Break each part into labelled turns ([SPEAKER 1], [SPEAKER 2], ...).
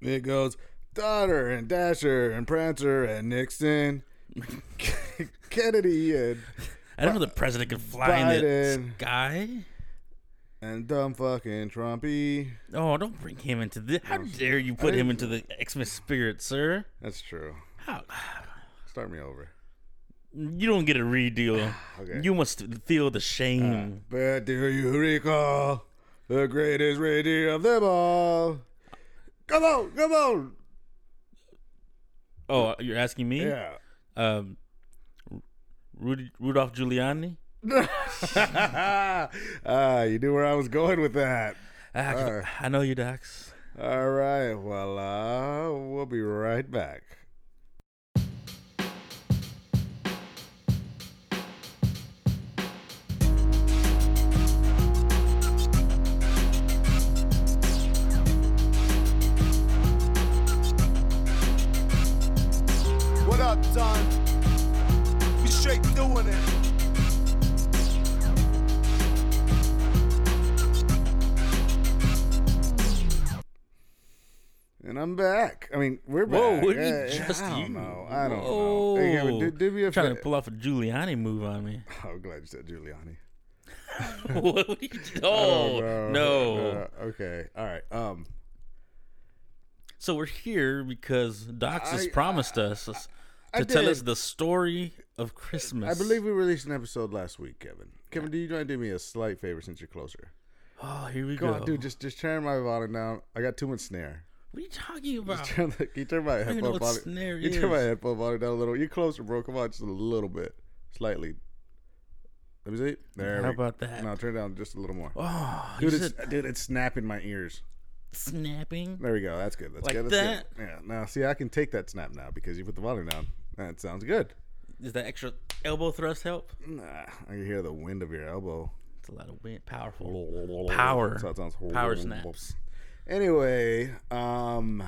[SPEAKER 1] It goes Donner and Dasher and Prancer and Nixon, Kennedy and
[SPEAKER 2] I don't know the president could fly in the
[SPEAKER 1] Biden.
[SPEAKER 2] sky.
[SPEAKER 1] and dumb fucking Trumpy.
[SPEAKER 2] Oh, don't bring him into this. How dare you put him into the Xmas spirit, sir?
[SPEAKER 1] That's true.
[SPEAKER 2] How?
[SPEAKER 1] Start me over.
[SPEAKER 2] You don't get a redo.
[SPEAKER 1] Okay. Uh,
[SPEAKER 2] You must feel the shame.
[SPEAKER 1] But do you recall the greatest reindeer of them all? Come on, come on.
[SPEAKER 2] oh, you're asking me?
[SPEAKER 1] Yeah.
[SPEAKER 2] Um, Rudy, Rudolph Giuliani.
[SPEAKER 1] ah, you knew where I was going with that.
[SPEAKER 2] Ah, 'cause
[SPEAKER 1] Uh.
[SPEAKER 2] I know you, Docs.
[SPEAKER 1] All right, voila. We'll be right back.
[SPEAKER 3] What up, Don? We straight doing it.
[SPEAKER 1] And I'm back. I mean, we're back.
[SPEAKER 2] Whoa, what did
[SPEAKER 1] Yeah,
[SPEAKER 2] you
[SPEAKER 1] yeah,
[SPEAKER 2] just
[SPEAKER 1] I don't
[SPEAKER 2] you?
[SPEAKER 1] know. I don't
[SPEAKER 2] Whoa.
[SPEAKER 1] know. Hey, Gavin, do, do me a
[SPEAKER 2] trying
[SPEAKER 1] fa-
[SPEAKER 2] to pull off a Giuliani move on me.
[SPEAKER 1] Oh, I'm glad you said Giuliani.
[SPEAKER 2] what are you do-
[SPEAKER 1] Oh,
[SPEAKER 2] Oh, no.
[SPEAKER 1] Uh, okay. All right. Um.
[SPEAKER 2] So we're here because Docs has
[SPEAKER 1] I-
[SPEAKER 2] promised us to
[SPEAKER 1] I
[SPEAKER 2] tell
[SPEAKER 1] did.
[SPEAKER 2] us the story of Christmas.
[SPEAKER 1] I believe we released an episode last week, Kevin. Kevin, do you want to do me a slight favor since you're closer?
[SPEAKER 2] Oh, here we
[SPEAKER 1] Go
[SPEAKER 2] go.
[SPEAKER 1] on, dude. Just just turn my volume down. I got too much snare.
[SPEAKER 2] What are you talking about?
[SPEAKER 1] Turn the, can you turn my
[SPEAKER 2] even
[SPEAKER 1] headphone
[SPEAKER 2] know what
[SPEAKER 1] volume.
[SPEAKER 2] snare
[SPEAKER 1] you turn my
[SPEAKER 2] is.
[SPEAKER 1] headphone volume down a little. You're closer, bro. Come on, just a little bit, slightly. Let me see. There.
[SPEAKER 2] How
[SPEAKER 1] we-
[SPEAKER 2] about that?
[SPEAKER 1] No, turn it down just a little more.
[SPEAKER 2] Oh,
[SPEAKER 1] dude,
[SPEAKER 2] you
[SPEAKER 1] it's
[SPEAKER 2] said
[SPEAKER 1] dude, it's snapping my ears.
[SPEAKER 2] snapping.
[SPEAKER 1] There we go. That's good. That's
[SPEAKER 2] Like
[SPEAKER 1] good. That's good. Yeah. Now, see, I can take that snap now because you put the volume down. That sounds good.
[SPEAKER 2] Does that extra elbow thrust help?
[SPEAKER 1] Nah, I can hear the wind of your elbow.
[SPEAKER 2] It's a lot of wind. Powerful. Power.
[SPEAKER 1] That's how it sounds.
[SPEAKER 2] Power snaps.
[SPEAKER 1] Anyway, um,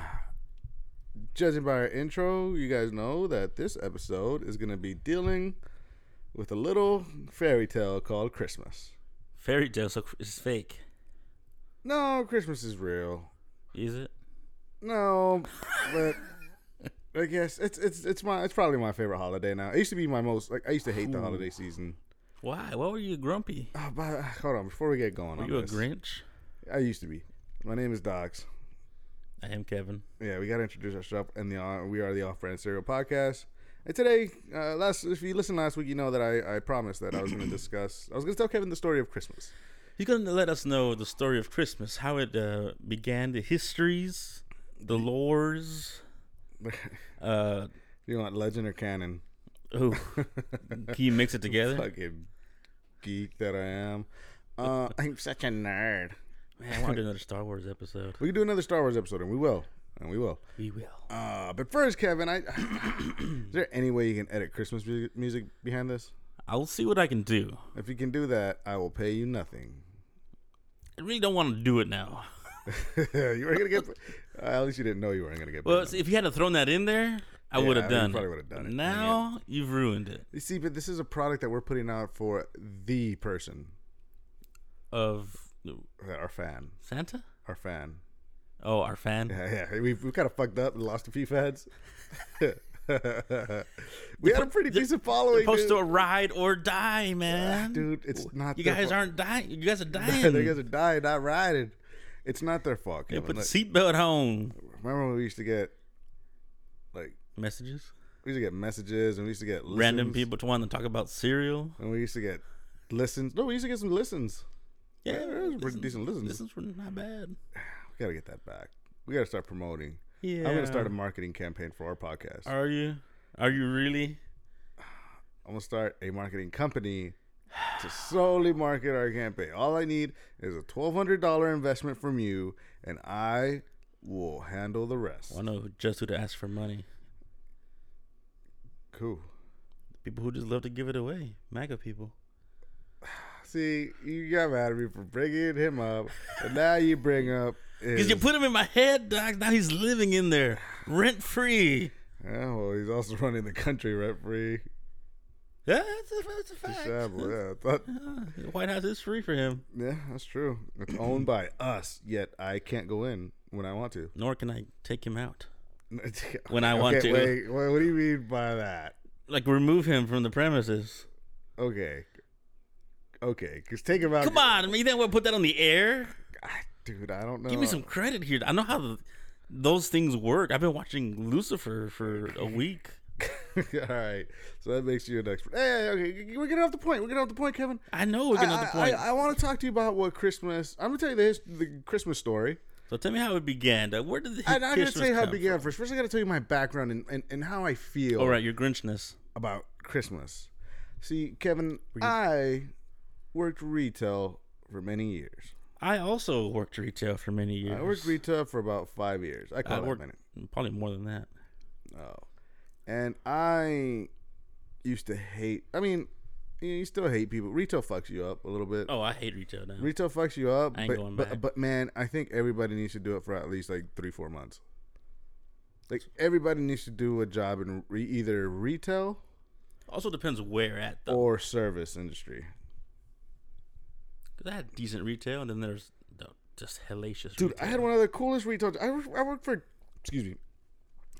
[SPEAKER 1] judging by our intro, you guys know that this episode is going to be dealing with a little fairy tale called Christmas.
[SPEAKER 2] Fairy tale, so it's fake.
[SPEAKER 1] No, Christmas is real.
[SPEAKER 2] Is it?
[SPEAKER 1] No, but I guess it's it's it's my it's probably my favorite holiday now. It used to be my most like I used to hate the holiday season.
[SPEAKER 2] Why? Why were you grumpy?
[SPEAKER 1] Oh, but hold on, before we get going,
[SPEAKER 2] Were
[SPEAKER 1] on
[SPEAKER 2] you a
[SPEAKER 1] this,
[SPEAKER 2] Grinch?
[SPEAKER 1] I used to be. My name is Docs.
[SPEAKER 2] I am Kevin.
[SPEAKER 1] Yeah, we got to introduce ourselves, and the uh, we are the Off Brand Cereal Podcast. And today, uh, last if you listened last week, you know that I, I promised that I was going to discuss. I was going to tell Kevin the story of Christmas.
[SPEAKER 2] He's going to let us know the story of Christmas, how it uh, began, the histories, the lores. Uh,
[SPEAKER 1] you want legend or canon?
[SPEAKER 2] ooh, can you mix it together?
[SPEAKER 1] Fucking geek that I am. Uh, I'm such a nerd.
[SPEAKER 2] Man, I want to do another Star Wars episode.
[SPEAKER 1] We can do another Star Wars episode, and we will, and we will.
[SPEAKER 2] We will.
[SPEAKER 1] Uh, but first, Kevin, I is there any way you can edit Christmas mu- music behind this?
[SPEAKER 2] I'll see what I can do.
[SPEAKER 1] If you can do that, I will pay you nothing.
[SPEAKER 2] I really don't want to do it now.
[SPEAKER 1] you were gonna get. Uh, at least you didn't know you weren't gonna get. paid
[SPEAKER 2] Well,
[SPEAKER 1] nothing.
[SPEAKER 2] see, if you had have thrown that in there, I
[SPEAKER 1] Yeah,
[SPEAKER 2] would
[SPEAKER 1] I
[SPEAKER 2] have done.
[SPEAKER 1] probably
[SPEAKER 2] it.
[SPEAKER 1] would've done it.
[SPEAKER 2] Now you've ruined it.
[SPEAKER 1] You see, but this is a product that we're putting out for the person, uh,
[SPEAKER 2] Of
[SPEAKER 1] our fan,
[SPEAKER 2] Santa?
[SPEAKER 1] our fan.
[SPEAKER 2] Oh, our fan.
[SPEAKER 1] Yeah, yeah. We've, we've kind of fucked up and lost a few fans. we had a pretty decent following,
[SPEAKER 2] Supposed
[SPEAKER 1] dude.
[SPEAKER 2] to ride or die, man.
[SPEAKER 1] dude, it's not.
[SPEAKER 2] you
[SPEAKER 1] their
[SPEAKER 2] guys
[SPEAKER 1] fault.
[SPEAKER 2] aren't dying. You guys are dying.
[SPEAKER 1] They guys are dying, not riding. It's not their fault.
[SPEAKER 2] Yeah,
[SPEAKER 1] Kevin.
[SPEAKER 2] put the
[SPEAKER 1] Like,
[SPEAKER 2] seatbelt on.
[SPEAKER 1] remember when we used to get like
[SPEAKER 2] Messages.
[SPEAKER 1] we used to get messages and we used to get listens,
[SPEAKER 2] Random people to want to talk about cereal.
[SPEAKER 1] and we used to get listens. No, we used to get some listens.
[SPEAKER 2] Yeah,
[SPEAKER 1] there was pretty decent listens.
[SPEAKER 2] Listens were not bad.
[SPEAKER 1] We gotta get that back. We gotta start promoting.
[SPEAKER 2] Yeah.
[SPEAKER 1] I'm gonna start a marketing campaign for our podcast.
[SPEAKER 2] Are you? Are you really?
[SPEAKER 1] I'm gonna start a marketing company to solely market our campaign. All I need is a twelve hundred dollar investment from you, and I will handle the rest.
[SPEAKER 2] I know just who to ask for money.
[SPEAKER 1] Cool.
[SPEAKER 2] People who just love to give it away. MAGA people.
[SPEAKER 1] See, you got mad at me for bringing him up, and now you bring up.
[SPEAKER 2] Because
[SPEAKER 1] Is,
[SPEAKER 2] you put him in my head, dog. Now he's living in there, rent free.
[SPEAKER 1] yeah, well, he's also running the country rent free.
[SPEAKER 2] Yeah, that's a, that's a fact. Uh,
[SPEAKER 1] Shabu, Yeah, I thought,
[SPEAKER 2] Yeah, the White House is free for him.
[SPEAKER 1] yeah, that's true. It's owned by us, yet I can't go in. when I want to.
[SPEAKER 2] nor can I take him out. When I want
[SPEAKER 1] Okay,
[SPEAKER 2] to.
[SPEAKER 1] Wait, wait, what do you mean by that?
[SPEAKER 2] Like remove him from the premises.
[SPEAKER 1] Okay. Okay, because take him out.
[SPEAKER 2] Come on, I mean, you think I would put that on the air?
[SPEAKER 1] Ah, dude. I don't know.
[SPEAKER 2] Give me some credit here. I know how the, those things work. I've been watching Lucifer for a week.
[SPEAKER 1] All right, so that makes you an expert. Hey, okay, we're getting off the point. We're getting off the point, Kevin.
[SPEAKER 2] I know we're getting off the
[SPEAKER 1] I-
[SPEAKER 2] point.
[SPEAKER 1] I, want to talk to you about what Christmas. I'm gonna tell you the, his, the Christmas story.
[SPEAKER 2] so tell me how it began. Uh, Where did the
[SPEAKER 1] I'm not gonna
[SPEAKER 2] Christmas
[SPEAKER 1] tell you how it
[SPEAKER 2] come
[SPEAKER 1] began first. First, I gotta tell you my background and, and, and how I feel
[SPEAKER 2] From? All right, your Grinchness.
[SPEAKER 1] about Christmas. See, Kevin, I worked retail for many years.
[SPEAKER 2] I also worked retail for many years.
[SPEAKER 1] I worked retail for about five years. I
[SPEAKER 2] I
[SPEAKER 1] call it
[SPEAKER 2] worked
[SPEAKER 1] many.
[SPEAKER 2] probably more than that.
[SPEAKER 1] Oh, and I used to hate. I mean, you, you still hate people. Retail fucks you up a little bit.
[SPEAKER 2] Oh, I hate retail now.
[SPEAKER 1] Retail fucks you up,
[SPEAKER 2] I ain't
[SPEAKER 1] but,
[SPEAKER 2] going back.
[SPEAKER 1] but but man, I think everybody needs to do it for at least like three four months. Like everybody needs to do a job in re- either retail
[SPEAKER 2] also depends where at though.
[SPEAKER 1] or service industry.
[SPEAKER 2] 'Cause I had decent retail, and then there's the just hellacious.
[SPEAKER 1] Dude,
[SPEAKER 2] retail.
[SPEAKER 1] I had one of the coolest retail. I worked, I worked for, excuse me,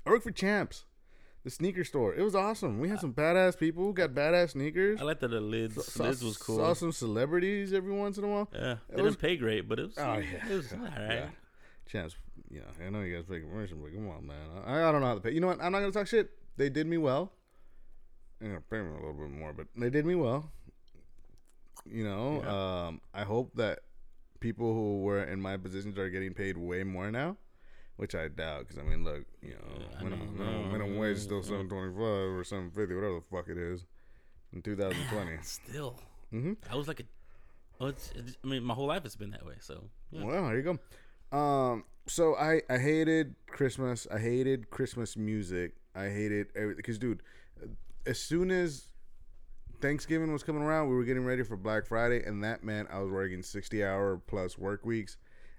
[SPEAKER 1] I worked for Champs, the sneaker store. It was awesome.
[SPEAKER 2] Uh,
[SPEAKER 1] We had some badass people who got badass sneakers.
[SPEAKER 2] I liked that the lids.
[SPEAKER 1] Saw-
[SPEAKER 2] lids was cool.
[SPEAKER 1] Saw some celebrities every once in a while.
[SPEAKER 2] yeah, they
[SPEAKER 1] was-
[SPEAKER 2] didn't pay great, but it was.
[SPEAKER 1] Oh, yeah.
[SPEAKER 2] it was all right.
[SPEAKER 1] Yeah. Chance, you know, I know you guys pay commercial, but come on, man. I, I don't know how to pay. You know what? I'm not gonna talk shit. They did me well. I'm gonna pay me a little bit more, but they did me well. You know, um, I hope that people who were in my positions are getting paid way more now, which I doubt. Because I mean, look, you know, minimum, minimum, minimum wage is still seven twenty five or seven fifty, whatever the fuck it is, in 2020.
[SPEAKER 2] Still,
[SPEAKER 1] mm-hmm.
[SPEAKER 2] I was like a. Oh, it's, it's, I mean, my whole life has been that way. So yeah.
[SPEAKER 1] Well, there you go. Um, so I I hated Christmas. I hated Christmas music. I hated everything because, dude, as soon as Thanksgiving was coming around, we were getting ready for Black Friday, and that meant I was working sixty-hour plus work weeks.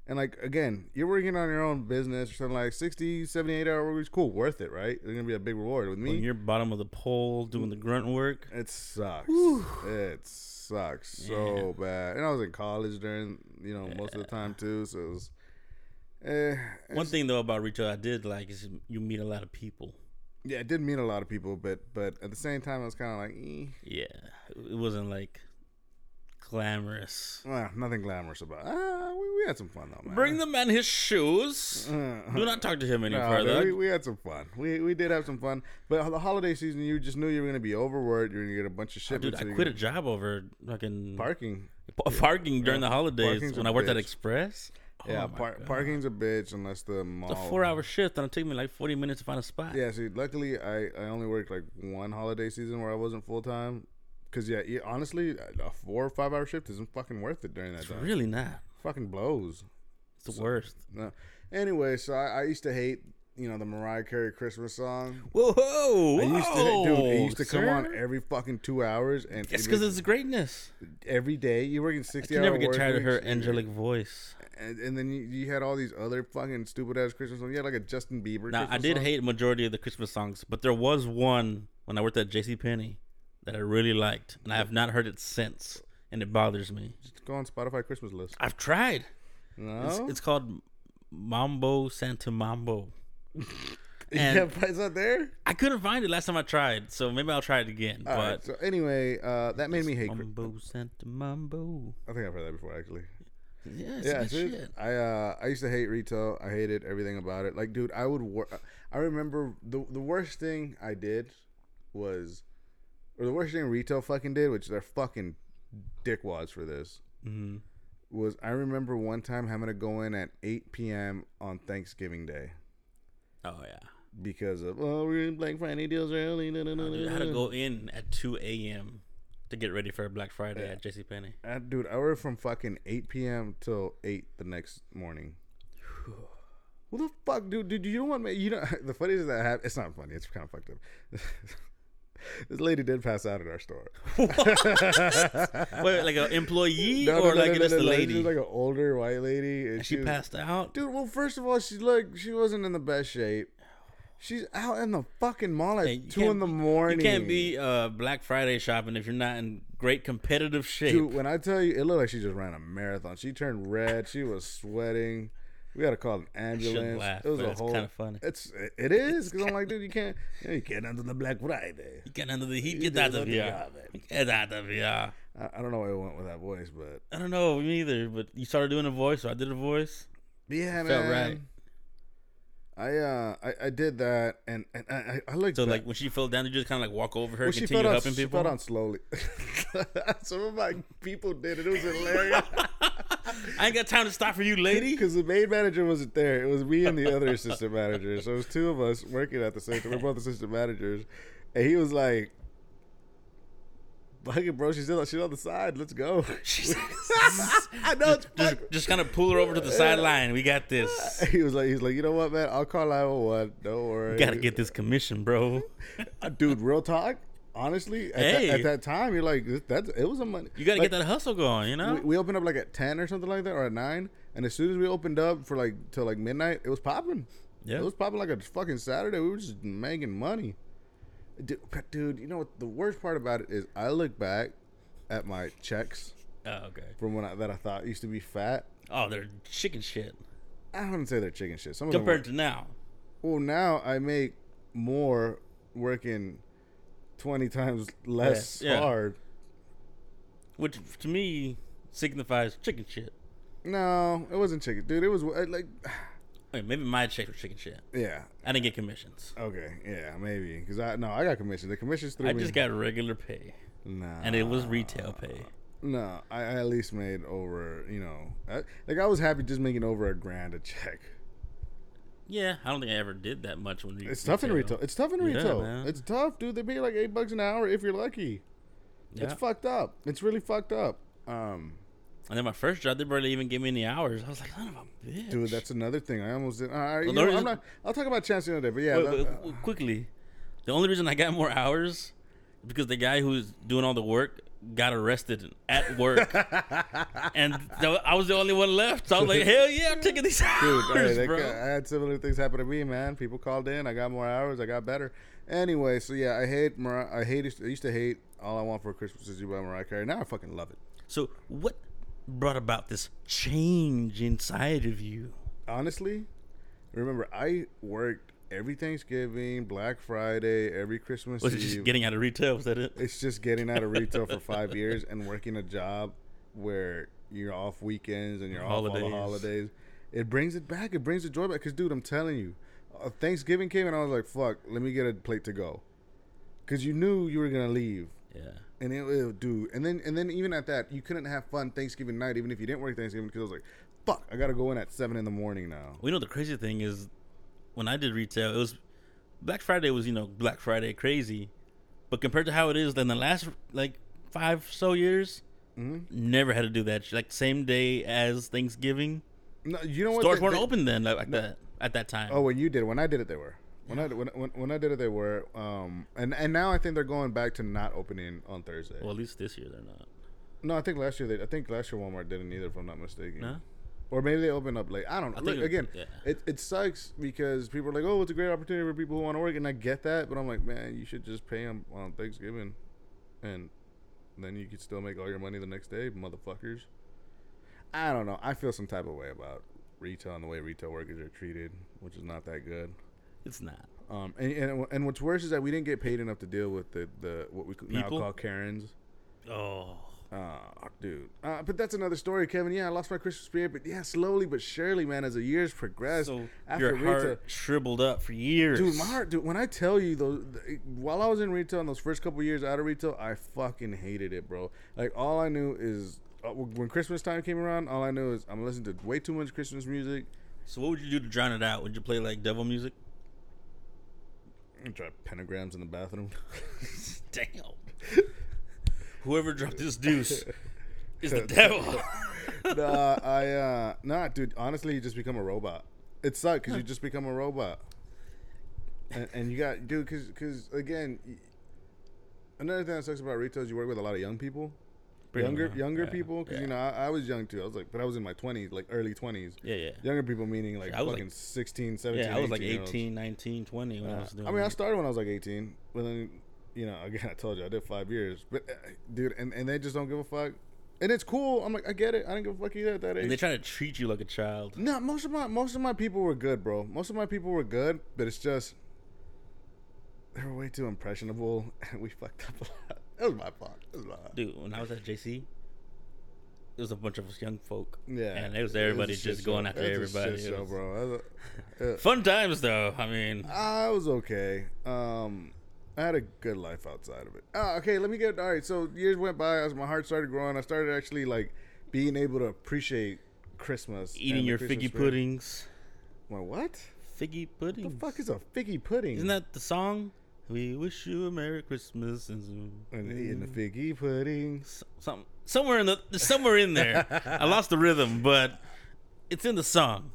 [SPEAKER 1] And like again, you're working on your own business or something like 60, 78 hour work weeks. Cool, worth it, right? It's gonna be a big reward with me.
[SPEAKER 2] when you're bottom of the pole doing the grunt work,
[SPEAKER 1] It sucks. It sucks so bad. And I was in college during, you know, most of the time too. So it was. Eh,
[SPEAKER 2] One thing though about retail I did like is you meet a lot of people.
[SPEAKER 1] yeah, it did mean a lot of people, but but at the same time, I was kind of like, eh,
[SPEAKER 2] Yeah, it wasn't like glamorous.
[SPEAKER 1] well, nothing glamorous about. it. Ah, we, we had some fun though, man.
[SPEAKER 2] Bring the man his shoes. Do not talk to him any
[SPEAKER 1] No,
[SPEAKER 2] further.
[SPEAKER 1] we, we had some fun. We, we did have some fun, but the holiday season, you just knew you were gonna be overworked. You're gonna get a bunch of shit.
[SPEAKER 2] Oh, Dude, I quit a job over fucking
[SPEAKER 1] parking.
[SPEAKER 2] pa- parking during the holidays
[SPEAKER 1] Parking's
[SPEAKER 2] when
[SPEAKER 1] a
[SPEAKER 2] I worked at
[SPEAKER 1] bitch.
[SPEAKER 2] Express.
[SPEAKER 1] yeah,
[SPEAKER 2] oh my
[SPEAKER 1] par-
[SPEAKER 2] God.
[SPEAKER 1] parking's a bitch unless the mall.
[SPEAKER 2] It's a four-hour shift, and it took me like forty minutes to find a spot.
[SPEAKER 1] Yeah, see, luckily I, I only worked like one holiday season where I wasn't full time. Cause yeah, yeah, honestly, a four or five hour shift isn't fucking worth it during that
[SPEAKER 2] it's
[SPEAKER 1] time.
[SPEAKER 2] really not.
[SPEAKER 1] Fucking blows.
[SPEAKER 2] It's the worst.
[SPEAKER 1] No. Anyway, so I, I used to hate you know the Mariah Carey Christmas song.
[SPEAKER 2] Whoa, whoa,
[SPEAKER 1] I used to, dude, it used to come on
[SPEAKER 2] sir.
[SPEAKER 1] every fucking two hours, and it
[SPEAKER 2] It's because
[SPEAKER 1] was
[SPEAKER 2] it's greatness.
[SPEAKER 1] every day you're working
[SPEAKER 2] I
[SPEAKER 1] sixty.
[SPEAKER 2] can never
[SPEAKER 1] hour
[SPEAKER 2] get
[SPEAKER 1] work
[SPEAKER 2] tired of her
[SPEAKER 1] weeks,
[SPEAKER 2] angelic voice.
[SPEAKER 1] And, and then you, you had all these other fucking stupid ass Christmas songs. You had like a Justin Bieber.
[SPEAKER 2] Now I
[SPEAKER 1] Christmas
[SPEAKER 2] did
[SPEAKER 1] song.
[SPEAKER 2] hate majority of the Christmas songs, but there was one when I worked at J.C. Penney that I really liked, and I have not heard it since, and it bothers me.
[SPEAKER 1] Go on Spotify Christmas list.
[SPEAKER 2] I've tried.
[SPEAKER 1] No,
[SPEAKER 2] It's, it's called Mambo Santa Mambo.
[SPEAKER 1] yeah,
[SPEAKER 2] And
[SPEAKER 1] but it's not there.
[SPEAKER 2] I couldn't find it last time I tried, so maybe I'll try it again.
[SPEAKER 1] All right.
[SPEAKER 2] but um,
[SPEAKER 1] So anyway, uh, that made me hate. Chri-
[SPEAKER 2] Mambo Santa Mambo.
[SPEAKER 1] I think I've heard that before, actually.
[SPEAKER 2] Yeah, it's
[SPEAKER 1] Yeah,
[SPEAKER 2] good
[SPEAKER 1] dude,
[SPEAKER 2] shit.
[SPEAKER 1] I uh, I used to hate retail. I hated everything about it. Like, dude, I would work. I remember the the worst thing I did was, or the worst thing retail fucking did, which they're fucking dickwads for this.
[SPEAKER 2] Mm-hmm.
[SPEAKER 1] Was I remember one time having to go in at 8 p.m. on Thanksgiving Day
[SPEAKER 2] Oh yeah.
[SPEAKER 1] because of oh we're in Black Friday deals early. da, da, da,
[SPEAKER 2] Dude,
[SPEAKER 1] da,
[SPEAKER 2] I had
[SPEAKER 1] da."
[SPEAKER 2] to go in at 2 a.m. to get ready for Black Friday at J.C. Penney.
[SPEAKER 1] Uh, dude, I worked from fucking 8 p.m. till 8 the next morning. Who the fuck, dude? Dude, you know what, man? You know, the funniest that happened, it's not funny, it's kind of fucked up. this lady did pass out at our store.
[SPEAKER 2] Wait, like an employee
[SPEAKER 1] No, no,
[SPEAKER 2] or
[SPEAKER 1] no,
[SPEAKER 2] like
[SPEAKER 1] no,
[SPEAKER 2] just
[SPEAKER 1] no,
[SPEAKER 2] a
[SPEAKER 1] no,
[SPEAKER 2] lady?
[SPEAKER 1] She was like an older white lady. And
[SPEAKER 2] she
[SPEAKER 1] was-
[SPEAKER 2] passed out.
[SPEAKER 1] Dude, well, first of all, she looked, she wasn't in the best shape. She's out in the fucking mall at
[SPEAKER 2] Hey, you
[SPEAKER 1] 2 in
[SPEAKER 2] can't-
[SPEAKER 1] the morning.
[SPEAKER 2] You can't be uh, Black Friday shopping if you're not in great competitive shape.
[SPEAKER 1] Dude, when I tell you, it looked like she just ran a marathon. She turned red. She was sweating. We had to call an
[SPEAKER 2] should
[SPEAKER 1] ambulance.
[SPEAKER 2] laugh,
[SPEAKER 1] it was
[SPEAKER 2] but
[SPEAKER 1] a
[SPEAKER 2] it's
[SPEAKER 1] whole.
[SPEAKER 2] kinda funny.
[SPEAKER 1] It's it is because I'm like, dude, you can't you, know, you can't under the Black Friday.
[SPEAKER 2] Get under the heat.
[SPEAKER 1] You
[SPEAKER 2] Get out
[SPEAKER 1] did
[SPEAKER 2] of
[SPEAKER 1] a
[SPEAKER 2] here.
[SPEAKER 1] good job,
[SPEAKER 2] Get out of here.
[SPEAKER 1] I, I don't know where it went with that voice, but
[SPEAKER 2] I don't know me either, but you started doing a voice, so I did a voice.
[SPEAKER 1] yeah,
[SPEAKER 2] Felt
[SPEAKER 1] man. I uh I, I did that and and I I, I liked
[SPEAKER 2] So
[SPEAKER 1] that.
[SPEAKER 2] like when she fell down, you just kind of like walk over her,
[SPEAKER 1] Well,
[SPEAKER 2] and
[SPEAKER 1] she
[SPEAKER 2] continue
[SPEAKER 1] fell down.
[SPEAKER 2] helping
[SPEAKER 1] She
[SPEAKER 2] people.
[SPEAKER 1] fell down slowly. Some of my people did it. It was hilarious.
[SPEAKER 2] I ain't got time to stop for you, lady.
[SPEAKER 1] Because the main manager wasn't there. It was me and the other assistant manager. So it was two of us working at the same time. We're both assistant managers. And he was like, Fucking bro, she's on, she's on the side. Let's go.
[SPEAKER 2] She's-
[SPEAKER 1] I know it's
[SPEAKER 2] just,
[SPEAKER 1] fucked.
[SPEAKER 2] just kind of pull her over to the sideline. We got this.
[SPEAKER 1] He was like, he's like, you know what, man? I'll call 911. Don't worry.
[SPEAKER 2] Gotta get this commission, bro.
[SPEAKER 1] dude. Real talk. Honestly, at,
[SPEAKER 2] Hey.
[SPEAKER 1] that, at that time, you're like, that's it was a money.
[SPEAKER 2] You gotta
[SPEAKER 1] like,
[SPEAKER 2] get that hustle going, you know.
[SPEAKER 1] we, we opened up like at 10 or something like that or at 9 and as soon as we opened up for like till like midnight it was popping
[SPEAKER 2] Yeah.
[SPEAKER 1] it was popping like a fucking saturday we were just making money dude, but dude you know what the worst part about it is i look back at my checks
[SPEAKER 2] oh, okay.
[SPEAKER 1] from when I, that i thought used to be fat
[SPEAKER 2] Oh, they're chicken shit
[SPEAKER 1] i wouldn't say they're chicken shit some of them
[SPEAKER 2] compared
[SPEAKER 1] are,
[SPEAKER 2] to now.
[SPEAKER 1] well now i make more working 20 times less
[SPEAKER 2] Yeah.
[SPEAKER 1] hard
[SPEAKER 2] which to me signifies chicken shit.
[SPEAKER 1] no it wasn't chicken dude it was uh, like
[SPEAKER 2] Wait, maybe my checks were chicken shit.
[SPEAKER 1] yeah
[SPEAKER 2] I didn't get commissions.
[SPEAKER 1] Okay, yeah, maybe because I no, I got commission. The commissions through
[SPEAKER 2] I
[SPEAKER 1] me.
[SPEAKER 2] just got regular pay,
[SPEAKER 1] nah,
[SPEAKER 2] and it was retail pay.
[SPEAKER 1] no. I, I at least made over, you know, I, like I was happy just making over a grand a check.
[SPEAKER 2] Yeah, I don't think I ever did that much when
[SPEAKER 1] It's tough in retail. It's tough in
[SPEAKER 2] Yeah,
[SPEAKER 1] retail.
[SPEAKER 2] man.
[SPEAKER 1] it's tough, dude. They pay like eight bucks an hour if you're lucky.
[SPEAKER 2] Yeah.
[SPEAKER 1] It's fucked up. It's really fucked up. Um,
[SPEAKER 2] and then my first job, they barely even gave me any hours. I was like, son of a bitch.
[SPEAKER 1] dude, that's another thing. I almost did. Uh, you
[SPEAKER 2] the
[SPEAKER 1] know, I'm
[SPEAKER 2] reason-
[SPEAKER 1] not. I'll talk about chance the other day, but yeah,
[SPEAKER 2] Wait,
[SPEAKER 1] that-
[SPEAKER 2] wait,
[SPEAKER 1] uh,
[SPEAKER 2] w- quickly, the only reason I got more hours because the guy who's doing all the work got arrested at work, and so I was the only one left. So I was like, hell yeah, I'm taking these hours,
[SPEAKER 1] Dude, hey, that
[SPEAKER 2] bro.
[SPEAKER 1] guy- I had similar things happen to me, man. People called in. I got more hours. I got better. Anyway, so yeah, I hate Mariah. I hate. I used to hate "All I Want for Christmas Is You" by Mariah Carey. Now I fucking love it.
[SPEAKER 2] So what brought about this change inside of you?
[SPEAKER 1] Honestly, remember I worked every Thanksgiving, Black Friday, every Christmas
[SPEAKER 2] Was it
[SPEAKER 1] Eve.
[SPEAKER 2] just getting out of retail? Was that it?
[SPEAKER 1] it's just getting out of retail for five years and working a job where you're off weekends and you're off all
[SPEAKER 2] Holidays.
[SPEAKER 1] the holidays. It brings it back. It brings the joy back. Cause dude, I'm telling you, uh, Thanksgiving came and I was like, "Fuck, let me get a plate to go," cause you knew you were gonna leave.
[SPEAKER 2] Yeah.
[SPEAKER 1] And it, it dude, and then and then even at that, you couldn't have fun Thanksgiving night, even if you didn't work Thanksgiving, because I was like, "Fuck, I gotta go in at seven in the morning now."
[SPEAKER 2] Well, you know the crazy thing is, when I did retail, it was Black Friday was you know Black Friday crazy, but compared to how it is, then the last like five so years, Mm-hmm. never had to do that. shit. Like same day as Thanksgiving,
[SPEAKER 1] No, you know what?
[SPEAKER 2] stores
[SPEAKER 1] They-
[SPEAKER 2] weren't
[SPEAKER 1] they-
[SPEAKER 2] open then like, like that at that time.
[SPEAKER 1] Oh, when you did, when I did it, they were. When I when, when, when I did it, they were. Um, and and now I think they're going back to not opening on Thursday.
[SPEAKER 2] Well, at least this year they're not.
[SPEAKER 1] no, I think last year they. I think last year Walmart didn't either, if I'm not mistaken.
[SPEAKER 2] No?
[SPEAKER 1] Or maybe they opened up late. I don't know.
[SPEAKER 2] think
[SPEAKER 1] Look,
[SPEAKER 2] it-
[SPEAKER 1] again,
[SPEAKER 2] yeah.
[SPEAKER 1] it, it sucks because people are like, "Oh, it's a great opportunity for people who want to work," and I get that, but I'm like, man, you should just pay them on Thanksgiving, and then you could still make all your money the next day, motherfuckers. I don't know. I feel some type of way about retail and the way retail workers are treated, which is not that good.
[SPEAKER 2] It's not.
[SPEAKER 1] Um, and, and and what's worse is that we didn't get paid enough to deal with the, the what we now
[SPEAKER 2] People?
[SPEAKER 1] call Karens.
[SPEAKER 2] Oh,
[SPEAKER 1] Uh, dude. Uh, but that's another story, Kevin. Yeah, I lost my Christmas spirit, but yeah, slowly but surely, man, as the years progressed,
[SPEAKER 2] so
[SPEAKER 1] after
[SPEAKER 2] your heart
[SPEAKER 1] retail,
[SPEAKER 2] shriveled up for years,
[SPEAKER 1] dude, my heart, dude. When I tell you those, th- while I was in retail, in those first couple years out of retail, I fucking hated it, bro. Like all I knew is uh, when Christmas time came around, all I knew is I'm listening to way too much Christmas music.
[SPEAKER 2] So what would you do to drown it out? Would you play like devil music?
[SPEAKER 1] I'm gonna try pentagrams in the bathroom.
[SPEAKER 2] Damn. Whoever dropped this deuce is the devil.
[SPEAKER 1] nah, I uh, nah, dude. Honestly, you just become a robot. It sucks because you just become a robot, and, and you got dude. Because because again, y- another thing that sucks about retail is you work with a lot of young people,
[SPEAKER 2] Pretty
[SPEAKER 1] younger
[SPEAKER 2] much,
[SPEAKER 1] younger
[SPEAKER 2] yeah,
[SPEAKER 1] people. Because
[SPEAKER 2] yeah.
[SPEAKER 1] you know I, I was young too. I was like, but I was in my twenties, like early twenties.
[SPEAKER 2] Yeah, yeah.
[SPEAKER 1] Younger people meaning like
[SPEAKER 2] I was,
[SPEAKER 1] fucking
[SPEAKER 2] like-
[SPEAKER 1] sixteen, seventeen.
[SPEAKER 2] yeah, I was like
[SPEAKER 1] 18-year-olds.
[SPEAKER 2] 18, 19, 20 when I was doing
[SPEAKER 1] Uh, I mean, I
[SPEAKER 2] it.
[SPEAKER 1] started when I was like 18, but then, you know, again, I told you I did five years, but uh, dude, and, and they just don't give a fuck. and it's cool. I'm like, I get it. I didn't give a fuck either at that age.
[SPEAKER 2] And they try to treat you like a child.
[SPEAKER 1] No, most of my most of my people were good, bro. Most of my people were good, but it's just they were way too impressionable, and we fucked up a lot. It was my fault. It was my fault.
[SPEAKER 2] Dude, when I was at JC, it was a bunch of us young folk.
[SPEAKER 1] Yeah,
[SPEAKER 2] And it was
[SPEAKER 1] a
[SPEAKER 2] everybody
[SPEAKER 1] shit
[SPEAKER 2] just
[SPEAKER 1] show.
[SPEAKER 2] going after
[SPEAKER 1] It was a
[SPEAKER 2] everybody.
[SPEAKER 1] shit
[SPEAKER 2] It
[SPEAKER 1] show,
[SPEAKER 2] was-
[SPEAKER 1] bro. Ah, That was a- it-
[SPEAKER 2] Fun times, though. I mean,
[SPEAKER 1] I was okay. Um, I had a good life outside of it. Ah, okay, let me get all right. So years went by as my heart started growing. I started actually like being able to appreciate Christmas. and
[SPEAKER 2] eating
[SPEAKER 1] the
[SPEAKER 2] your
[SPEAKER 1] Christmas
[SPEAKER 2] figgy
[SPEAKER 1] spirit.
[SPEAKER 2] puddings.
[SPEAKER 1] My what? The
[SPEAKER 2] Figgy pudding.
[SPEAKER 1] fuck is a figgy pudding?
[SPEAKER 2] Isn't that the song? We wish you a Merry Christmas and some-
[SPEAKER 1] and eating the
[SPEAKER 2] Mm-hmm.
[SPEAKER 1] figgy pudding.
[SPEAKER 2] s- some somewhere in the somewhere in there. I lost the rhythm, but it's in the song.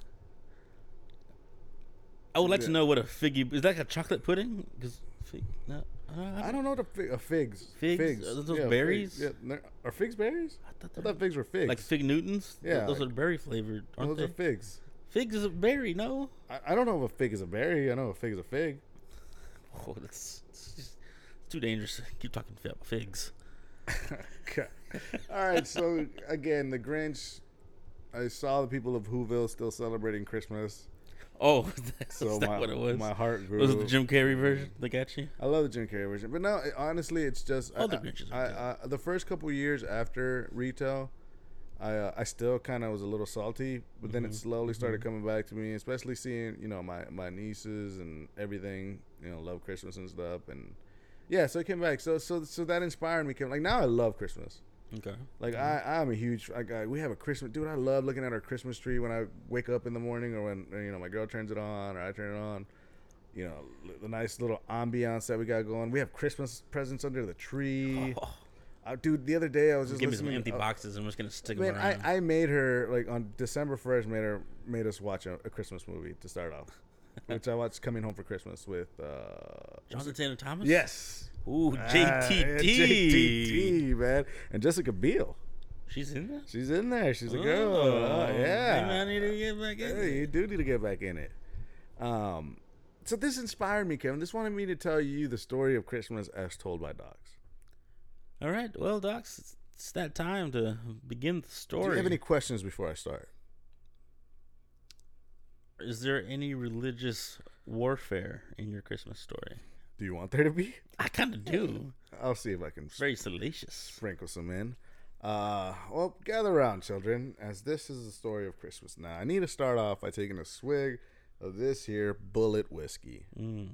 [SPEAKER 2] I would like to
[SPEAKER 1] Yeah.
[SPEAKER 2] know what a figgy is that like a chocolate pudding? Because fig, no, I don't- I
[SPEAKER 1] I
[SPEAKER 2] don't-
[SPEAKER 1] don't know what a fig, a figs.
[SPEAKER 2] Figs? Are those
[SPEAKER 1] figs.
[SPEAKER 2] berries?
[SPEAKER 1] Yeah, they're- are figs berries? I
[SPEAKER 2] thought
[SPEAKER 1] thought,
[SPEAKER 2] they were-
[SPEAKER 1] figs were figs.
[SPEAKER 2] like fig Newtons. Th-
[SPEAKER 1] Yeah,
[SPEAKER 2] those
[SPEAKER 1] like-
[SPEAKER 2] are berry flavored, aren't
[SPEAKER 1] Those
[SPEAKER 2] they?
[SPEAKER 1] are figs.
[SPEAKER 2] Figs is a berry, no?
[SPEAKER 1] I, I don't know if a fig is a berry. I know a fig is a fig.
[SPEAKER 2] Oh, that's it's just it's too dangerous. Keep talking fi- figs.
[SPEAKER 1] Okay. All right. So again, the Grinch. I saw the people of Whoville still celebrating Christmas.
[SPEAKER 2] Oh, that's
[SPEAKER 1] So
[SPEAKER 2] not
[SPEAKER 1] my,
[SPEAKER 2] what it was.
[SPEAKER 1] my heart grew.
[SPEAKER 2] was it the Jim Carrey version that got you?
[SPEAKER 1] I love the Jim Carrey version, but no, it- honestly, it's just I-
[SPEAKER 2] All the
[SPEAKER 1] I-
[SPEAKER 2] Grinches
[SPEAKER 1] I,
[SPEAKER 2] are
[SPEAKER 1] I, the first couple years after retail, I uh, I still kind of was a little salty, but then
[SPEAKER 2] Mm-hmm.
[SPEAKER 1] it slowly started coming back to me, especially seeing you know my my nieces and everything, you know, love Christmas and stuff, and yeah, so it came back. So so so that inspired me. Came like now I love Christmas.
[SPEAKER 2] Okay.
[SPEAKER 1] Like
[SPEAKER 2] Mm-hmm.
[SPEAKER 1] I, I'm a huge like I, we have a Christmas dude. I love looking at our Christmas tree when I wake up in the morning, or when you know my girl turns it on, or I turn it on. You know l- the nice little ambiance that we got going. We have Christmas presents under the tree.
[SPEAKER 2] Oh,
[SPEAKER 1] Uh, dude, the other day I was just
[SPEAKER 2] give me some
[SPEAKER 1] listening.
[SPEAKER 2] empty
[SPEAKER 1] uh,
[SPEAKER 2] boxes. I'm just gonna stick them
[SPEAKER 1] man,
[SPEAKER 2] around.
[SPEAKER 1] I, I made her like on December first. Made her made us watch a, a Christmas movie to start off, which I watched Coming Home for Christmas with. Uh,
[SPEAKER 2] Jonathan Taylor Thomas.
[SPEAKER 1] yes,
[SPEAKER 2] Ooh,
[SPEAKER 1] Ah,
[SPEAKER 2] JTT.
[SPEAKER 1] yeah, JTT man, and Jessica Biel.
[SPEAKER 2] She's in there.
[SPEAKER 1] She's in there. She's a girl. Oh, yeah.
[SPEAKER 2] Maybe I need to get back in.
[SPEAKER 1] Yeah, you do need to get back in it. Um, so this inspired me, Kevin. This wanted me to tell you the story of Christmas as told by dogs.
[SPEAKER 2] All right. Well, docs, it's, it's that time to begin the
[SPEAKER 1] Do you
[SPEAKER 2] story.
[SPEAKER 1] have any questions before I start?
[SPEAKER 2] Is there any religious warfare in your Christmas story?
[SPEAKER 1] Do you want there to be?
[SPEAKER 2] I kind of do.
[SPEAKER 1] I'll see if I can
[SPEAKER 2] It's very salacious.
[SPEAKER 1] sprinkle some in. Uh, well, gather around, children, as this is the story of Christmas. Now, I need to start off by taking a swig of this here bullet whiskey.
[SPEAKER 2] Mm.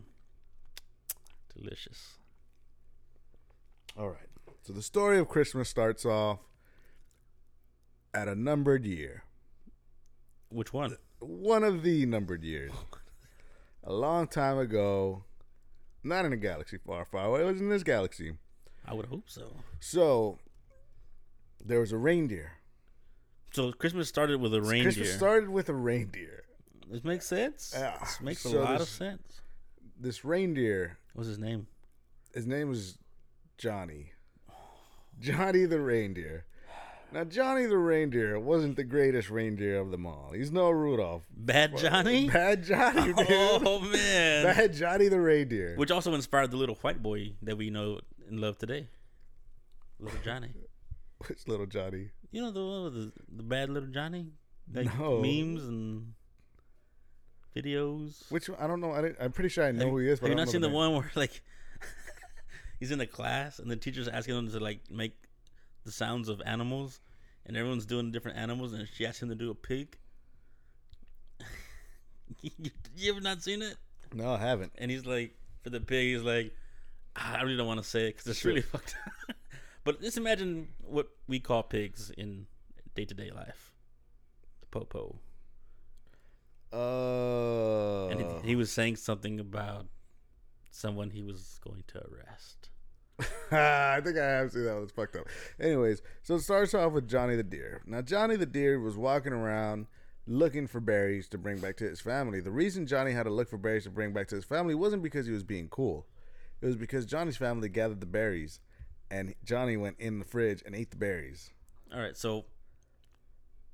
[SPEAKER 2] Delicious.
[SPEAKER 1] All right. So the story of Christmas starts off at a numbered year.
[SPEAKER 2] Which one?
[SPEAKER 1] one of the numbered years.
[SPEAKER 2] Oh,
[SPEAKER 1] A long time ago, not in a galaxy far, far away, it was in this galaxy.
[SPEAKER 2] I would hope so.
[SPEAKER 1] So, there was a reindeer.
[SPEAKER 2] So Christmas started with a reindeer.
[SPEAKER 1] Christmas started with a reindeer.
[SPEAKER 2] this makes sense.
[SPEAKER 1] Yeah.
[SPEAKER 2] This makes
[SPEAKER 1] So
[SPEAKER 2] a lot of
[SPEAKER 1] this-
[SPEAKER 2] sense.
[SPEAKER 1] This reindeer,
[SPEAKER 2] What's his name?
[SPEAKER 1] his name was Johnny. Johnny the reindeer. Now, Johnny the reindeer wasn't the greatest reindeer of them all. He's no Rudolph.
[SPEAKER 2] Bad Johnny.
[SPEAKER 1] Bad Johnny, dude.
[SPEAKER 2] Oh man.
[SPEAKER 1] Bad Johnny the reindeer.
[SPEAKER 2] Which also inspired the little white boy that we know and love today, little Johnny.
[SPEAKER 1] Which little Johnny?
[SPEAKER 2] You know the one with the, the bad little Johnny, like
[SPEAKER 1] No.
[SPEAKER 2] memes and videos.
[SPEAKER 1] Which one? I don't know. I didn't, I'm pretty sure I know who he is. But
[SPEAKER 2] Have you
[SPEAKER 1] I don't
[SPEAKER 2] not
[SPEAKER 1] know
[SPEAKER 2] seen the
[SPEAKER 1] name.
[SPEAKER 2] one where like he's in the class and the teacher's asking him to like make the sounds of animals, and everyone's doing different animals, and she asks him to do a pig. you, you have not seen it?
[SPEAKER 1] No, I haven't.
[SPEAKER 2] and he's like for the pig he's like "Ah, i really don't want to say it because it's really fucked up but just imagine what we call pigs in day-to-day life the popo
[SPEAKER 1] Uh,
[SPEAKER 2] and he, he was saying something about someone he was going to arrest
[SPEAKER 1] I think I have seen that one. It's fucked up. Anyways, so it starts off with Johnny the deer. Now, Johnny the deer was walking around looking for berries to bring back to his family. The reason Johnny had to look for berries to bring back to his family wasn't because he was being cool. It was because Johnny's family gathered the berries, and Johnny went in the fridge and ate the berries.
[SPEAKER 2] all right so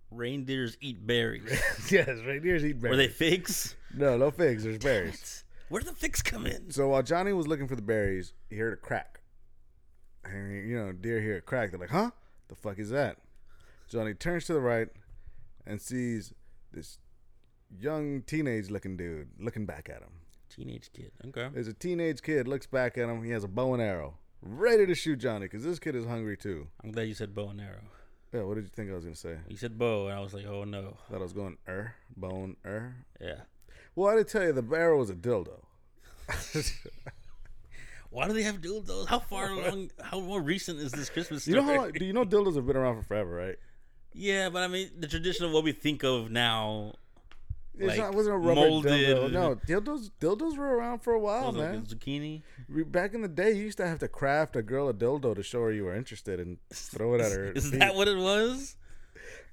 [SPEAKER 2] reindeers eat berries
[SPEAKER 1] yes, reindeers eat berries.
[SPEAKER 2] were they figs
[SPEAKER 1] no, no figs. There's berries.
[SPEAKER 2] where the figs come in
[SPEAKER 1] So while Johnny was looking for the berries, he heard a crack. And you know, deer hear a crack. They're like, "Huh? The fuck is that?" Johnny turns to the right and sees this young teenage looking dude looking back at him.
[SPEAKER 2] Teenage kid. Okay.
[SPEAKER 1] There's a teenage kid looks back at him. He has a bow and arrow ready to shoot Johnny because this kid is hungry too.
[SPEAKER 2] I'm glad you said bow and arrow.
[SPEAKER 1] Yeah, what did you think I was gonna say?
[SPEAKER 2] You said bow, and I was like, oh no.
[SPEAKER 1] Thought I was going er bone er.
[SPEAKER 2] Yeah.
[SPEAKER 1] Well, I did tell you the barrel was a dildo.
[SPEAKER 2] Why do they have dildos? How far along? How more recent is this Christmas
[SPEAKER 1] You
[SPEAKER 2] story?
[SPEAKER 1] know how do you know dildos have been around for forever, right?
[SPEAKER 2] yeah, but I mean, the tradition of what we think of now.
[SPEAKER 1] It's
[SPEAKER 2] Like,
[SPEAKER 1] not, it wasn't a rubber dildo.
[SPEAKER 2] molded-
[SPEAKER 1] No, dildos dildos were around for a while,
[SPEAKER 2] was it like a
[SPEAKER 1] man.
[SPEAKER 2] zucchini.
[SPEAKER 1] We- Back in the day, you used to have to craft a girl a dildo to show her you were interested and throw it at her.
[SPEAKER 2] Is
[SPEAKER 1] feet.
[SPEAKER 2] that what it was?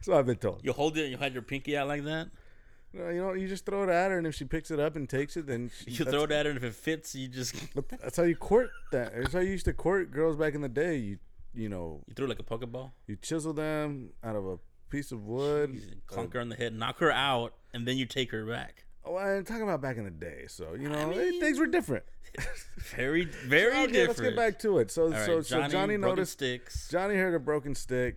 [SPEAKER 1] So I've been told.
[SPEAKER 2] You hold it and you had your pinky out like that.
[SPEAKER 1] No, you know, you just throw it at her, and if she picks it up and takes it, then she,
[SPEAKER 2] You
[SPEAKER 1] that's,
[SPEAKER 2] throw it at her, and if it fits, you just you
[SPEAKER 1] that's how you court that. That's how you used to court girls back in the day. You you know
[SPEAKER 2] throw like a pokeball.
[SPEAKER 1] you chisel them out of a piece of wood.
[SPEAKER 2] You clunk her on the head, knock her out, and then you take her back.
[SPEAKER 1] Oh, I'm talking about back in the day, so you know eh,
[SPEAKER 2] mean-
[SPEAKER 1] things were different.
[SPEAKER 2] Very, very
[SPEAKER 1] Okay,
[SPEAKER 2] different.
[SPEAKER 1] let's get back to it. So
[SPEAKER 2] All right,
[SPEAKER 1] so so Johnny
[SPEAKER 2] broken
[SPEAKER 1] noticed
[SPEAKER 2] sticks.
[SPEAKER 1] Johnny heard a broken stick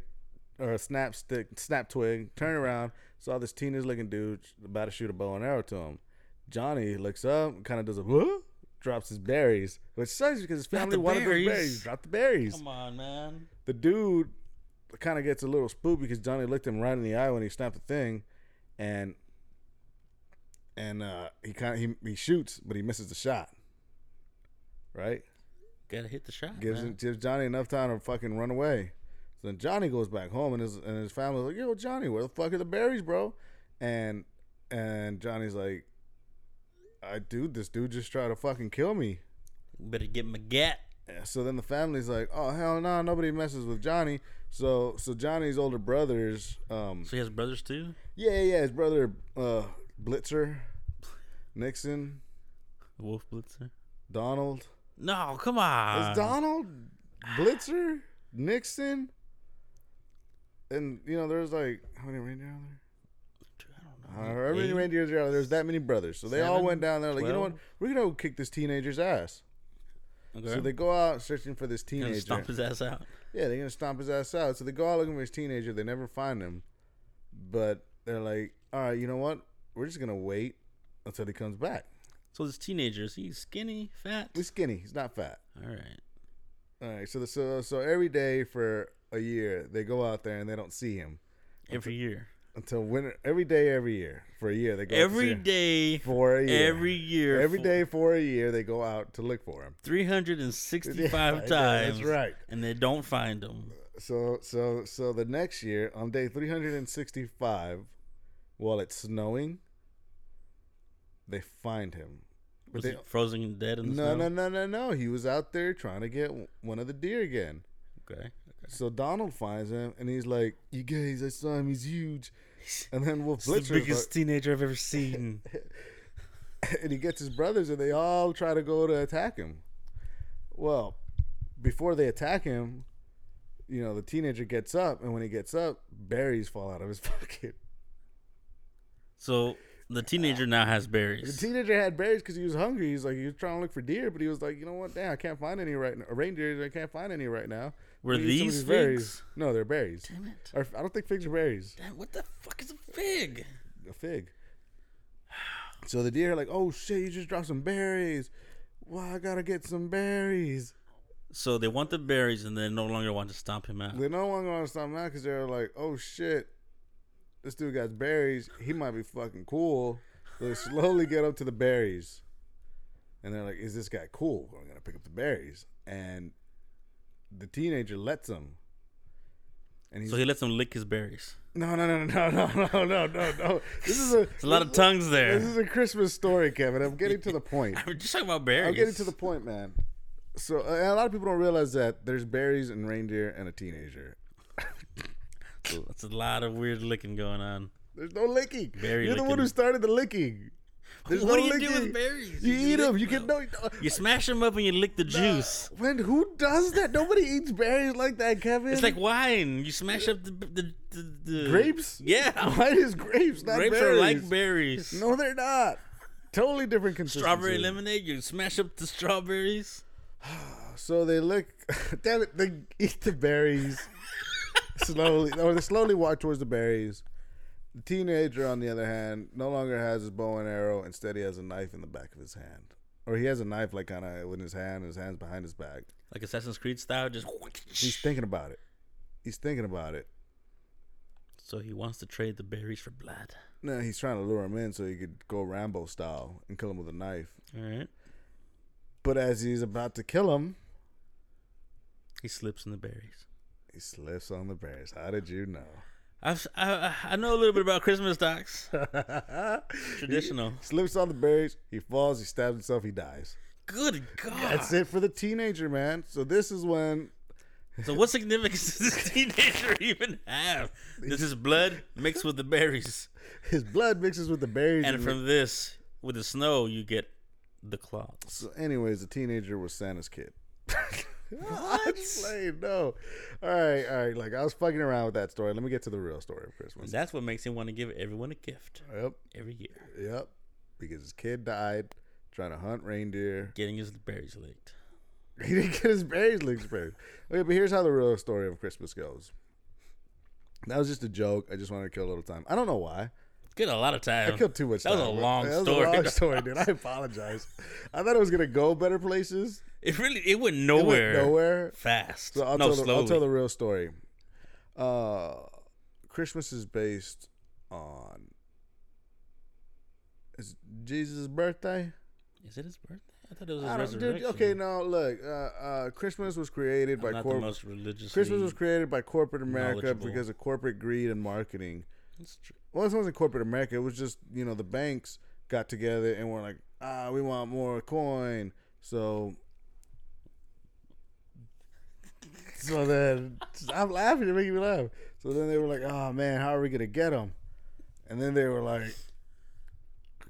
[SPEAKER 1] or a snap stick, snap twig, turned around, saw this teenage looking dude sh- about to shoot a bow and arrow to him. Johnny looks up, kind of does a whoa, drops his berries, which sucks because his
[SPEAKER 2] Not
[SPEAKER 1] family
[SPEAKER 2] the
[SPEAKER 1] wanted
[SPEAKER 2] berries.
[SPEAKER 1] those berries. Drop the berries.
[SPEAKER 2] Come on, man.
[SPEAKER 1] The dude kind of gets a little spooked because Johnny looked him right in the eye when he snapped the thing, and and uh, he kind of he, he shoots, but he misses the shot. Right
[SPEAKER 2] Gotta hit the shot.
[SPEAKER 1] gives
[SPEAKER 2] man.
[SPEAKER 1] gives Johnny enough time to fucking run away. So then Johnny goes back home and his and his family's like, "Yo, Johnny, where the fuck are the berries, bro?" And and Johnny's like, "I dude, this dude just tried to fucking kill me."
[SPEAKER 2] Better get my gat.
[SPEAKER 1] And So then the family's like, "Oh hell no, nobody messes with Johnny." So so Johnny's older brothers, um,
[SPEAKER 2] So he has brothers too.
[SPEAKER 1] yeah yeah, yeah, his brother uh, Blitzer, Nixon,
[SPEAKER 2] Wolf Blitzer.
[SPEAKER 1] Donald.
[SPEAKER 2] No, come
[SPEAKER 1] Is
[SPEAKER 2] on.
[SPEAKER 1] Donald Blitzer Nixon? And you know, there's like how many reindeer are
[SPEAKER 2] I
[SPEAKER 1] there?
[SPEAKER 2] don't know.
[SPEAKER 1] However many
[SPEAKER 2] Eight?
[SPEAKER 1] reindeers there are, there's that many brothers. So they all
[SPEAKER 2] Seven?
[SPEAKER 1] went down there like, you know what?
[SPEAKER 2] Twelve?
[SPEAKER 1] We're gonna go kick this teenager's ass.
[SPEAKER 2] Okay.
[SPEAKER 1] So they go out searching for this
[SPEAKER 2] Gonna
[SPEAKER 1] teenager.
[SPEAKER 2] stomp his ass out.
[SPEAKER 1] yeah, they're gonna stomp his ass out. So they go out looking for his teenager. They never find him, but they're like, all right, you know what? We're just gonna wait until he comes back.
[SPEAKER 2] So this teenager, is he skinny, fat?
[SPEAKER 1] He's skinny. He's not fat.
[SPEAKER 2] All right.
[SPEAKER 1] All right. So the, so so every day for a year, they go out there and they don't see him.
[SPEAKER 2] Every year.
[SPEAKER 1] until winter every day every year for a year they go out to see
[SPEAKER 2] Every
[SPEAKER 1] him.
[SPEAKER 2] day.
[SPEAKER 1] for a year
[SPEAKER 2] Every year.
[SPEAKER 1] every
[SPEAKER 2] for-
[SPEAKER 1] day for a year they go out to look for him
[SPEAKER 2] 365
[SPEAKER 1] Yeah,
[SPEAKER 2] times.
[SPEAKER 1] that's right.
[SPEAKER 2] And they don't find him.
[SPEAKER 1] so so so the next year on day 365 while it's snowing they find him but
[SPEAKER 2] Was
[SPEAKER 1] they
[SPEAKER 2] he frozen and dead in the
[SPEAKER 1] no no
[SPEAKER 2] snow?
[SPEAKER 1] no no no he was out there trying to get one of the deer again
[SPEAKER 2] Okay.
[SPEAKER 1] so donald finds him and he's like you guys i saw him he's huge and then wolf
[SPEAKER 2] This
[SPEAKER 1] blitzer's
[SPEAKER 2] is the biggest teenager I've ever seen.
[SPEAKER 1] like- and he gets his brothers and they all try to go to attack him Well, before they attack him, you know, the teenager gets up, and when he gets up, berries fall out of his pocket.
[SPEAKER 2] so the teenager now has
[SPEAKER 1] The
[SPEAKER 2] berries.
[SPEAKER 1] teenager had berries because he was hungry. He's like, he was trying to look for deer, but he was like, you know what? Damn, I can't find any right now. Reindeer, I can't find any right now.
[SPEAKER 2] Were
[SPEAKER 1] Let me eat some of
[SPEAKER 2] these figs?
[SPEAKER 1] berries. No, they're berries.
[SPEAKER 2] Damn it.
[SPEAKER 1] Or, I don't think figs are berries.
[SPEAKER 2] Damn, what the fuck is a fig?
[SPEAKER 1] a fig. So the deer are like, oh shit, you just dropped some berries. Wow, I gotta get some berries.
[SPEAKER 2] So they want the berries and they no longer want to stomp him out.
[SPEAKER 1] They no longer want to stop now because they're like, oh shit, this dude got berries. He might be fucking cool. So they slowly get up to the berries. And they're like, is this guy cool? I'm going to pick up the berries. And the teenager lets him. And he's
[SPEAKER 2] So he lets him lick his berries.
[SPEAKER 1] no, no, no, no, no, no, no, no, no, no. This is a,
[SPEAKER 2] There's a lot of tongues
[SPEAKER 1] this
[SPEAKER 2] there.
[SPEAKER 1] is a Christmas story, Kevin. I'm getting to the point.
[SPEAKER 2] We're just talking about berries.
[SPEAKER 1] I'm getting to the point, man. So uh, a lot of people don't realize that there's berries and reindeer and a teenager.
[SPEAKER 2] That's a lot of weird licking going on.
[SPEAKER 1] There's no licking.
[SPEAKER 2] Berry
[SPEAKER 1] You're the one
[SPEAKER 2] licking.
[SPEAKER 1] who started the licking. There's no
[SPEAKER 2] what do you
[SPEAKER 1] licking.
[SPEAKER 2] do with berries?
[SPEAKER 1] You, eat
[SPEAKER 2] lick
[SPEAKER 1] them. You get no.
[SPEAKER 2] You smash them up and you lick the juice.
[SPEAKER 1] When who does that? Nobody eats berries like that, Kevin.
[SPEAKER 2] It's like wine. You smash up the the, the, the
[SPEAKER 1] grapes.
[SPEAKER 2] Yeah,
[SPEAKER 1] Why is grapes not
[SPEAKER 2] grapes
[SPEAKER 1] berries?
[SPEAKER 2] are like berries.
[SPEAKER 1] No, they're not. Totally different consistency.
[SPEAKER 2] strawberry lemonade. You smash up the strawberries.
[SPEAKER 1] So they lick. Damn it! They eat the berries. slowly or they slowly walk towards the berries. The teenager, on the other hand, no longer has his bow and arrow. Instead, he has a knife in the back of his hand, or he has a knife like kind of in his hand. His hands behind his back.
[SPEAKER 2] like Assassin's Creed style. Just
[SPEAKER 1] He's thinking about it. He's thinking about it.
[SPEAKER 2] so he wants to trade the berries for blood.
[SPEAKER 1] No, he's trying to lure him in so he could go Rambo style and kill him with a knife.
[SPEAKER 2] All right,
[SPEAKER 1] But as he's about to kill him,
[SPEAKER 2] he slips in the berries.
[SPEAKER 1] he slips on the berries. How did you know?
[SPEAKER 2] I've, I I know a little bit about Christmas docs. Traditional.
[SPEAKER 1] Slips on the berries. He falls. He stabs himself. He dies.
[SPEAKER 2] Good God.
[SPEAKER 1] That's it for the teenager, man. So this is when
[SPEAKER 2] So what significance does this teenager even have? This is blood mixed with the berries,
[SPEAKER 1] his blood mixes with the berries.
[SPEAKER 2] and
[SPEAKER 1] and
[SPEAKER 2] from this, with the snow, you get the claws.
[SPEAKER 1] So, anyways, the teenager was Santa's kid. I'm playing, no. All right, all right. Like I was fucking around with that story. Let me get to the real story of Christmas.
[SPEAKER 2] That's what makes him want to give everyone a gift
[SPEAKER 1] Yep,
[SPEAKER 2] every year,
[SPEAKER 1] yep. Because his kid died trying to hunt reindeer.
[SPEAKER 2] getting his berries licked.
[SPEAKER 1] He didn't get his berries league sprayed. Okay, but here's how the real story of Christmas goes. That was just a joke. I just wanted to kill a little time. I don't know why.
[SPEAKER 2] Get a lot of time.
[SPEAKER 1] I killed too much
[SPEAKER 2] That was
[SPEAKER 1] time.
[SPEAKER 2] a long
[SPEAKER 1] that was
[SPEAKER 2] story.
[SPEAKER 1] A long story, dude. I apologize. I thought it was gonna go better places.
[SPEAKER 2] It really it went
[SPEAKER 1] It went
[SPEAKER 2] nowhere.
[SPEAKER 1] nowhere.
[SPEAKER 2] Fast.
[SPEAKER 1] So I'll,
[SPEAKER 2] no,
[SPEAKER 1] tell the,
[SPEAKER 2] slowly.
[SPEAKER 1] I'll tell the real story. Uh, Christmas is based on is Jesus' birthday.
[SPEAKER 2] Is it his birthday? I thought it was his
[SPEAKER 1] I don't,
[SPEAKER 2] resurrection.
[SPEAKER 1] dude, okay, now look. Uh, uh, Christmas was created
[SPEAKER 2] I'm
[SPEAKER 1] by
[SPEAKER 2] not
[SPEAKER 1] corp-
[SPEAKER 2] the most religious.
[SPEAKER 1] Christmas was created by corporate America
[SPEAKER 2] knowledgeable.
[SPEAKER 1] because of corporate greed and marketing.
[SPEAKER 2] That's true.
[SPEAKER 1] Well, it wasn't corporate America. It was just you know the banks got together and were like, ah, we want more coin. So, so then I'm laughing. You're making me laugh. So then they were like, oh man, how are we gonna get them? And then they were like,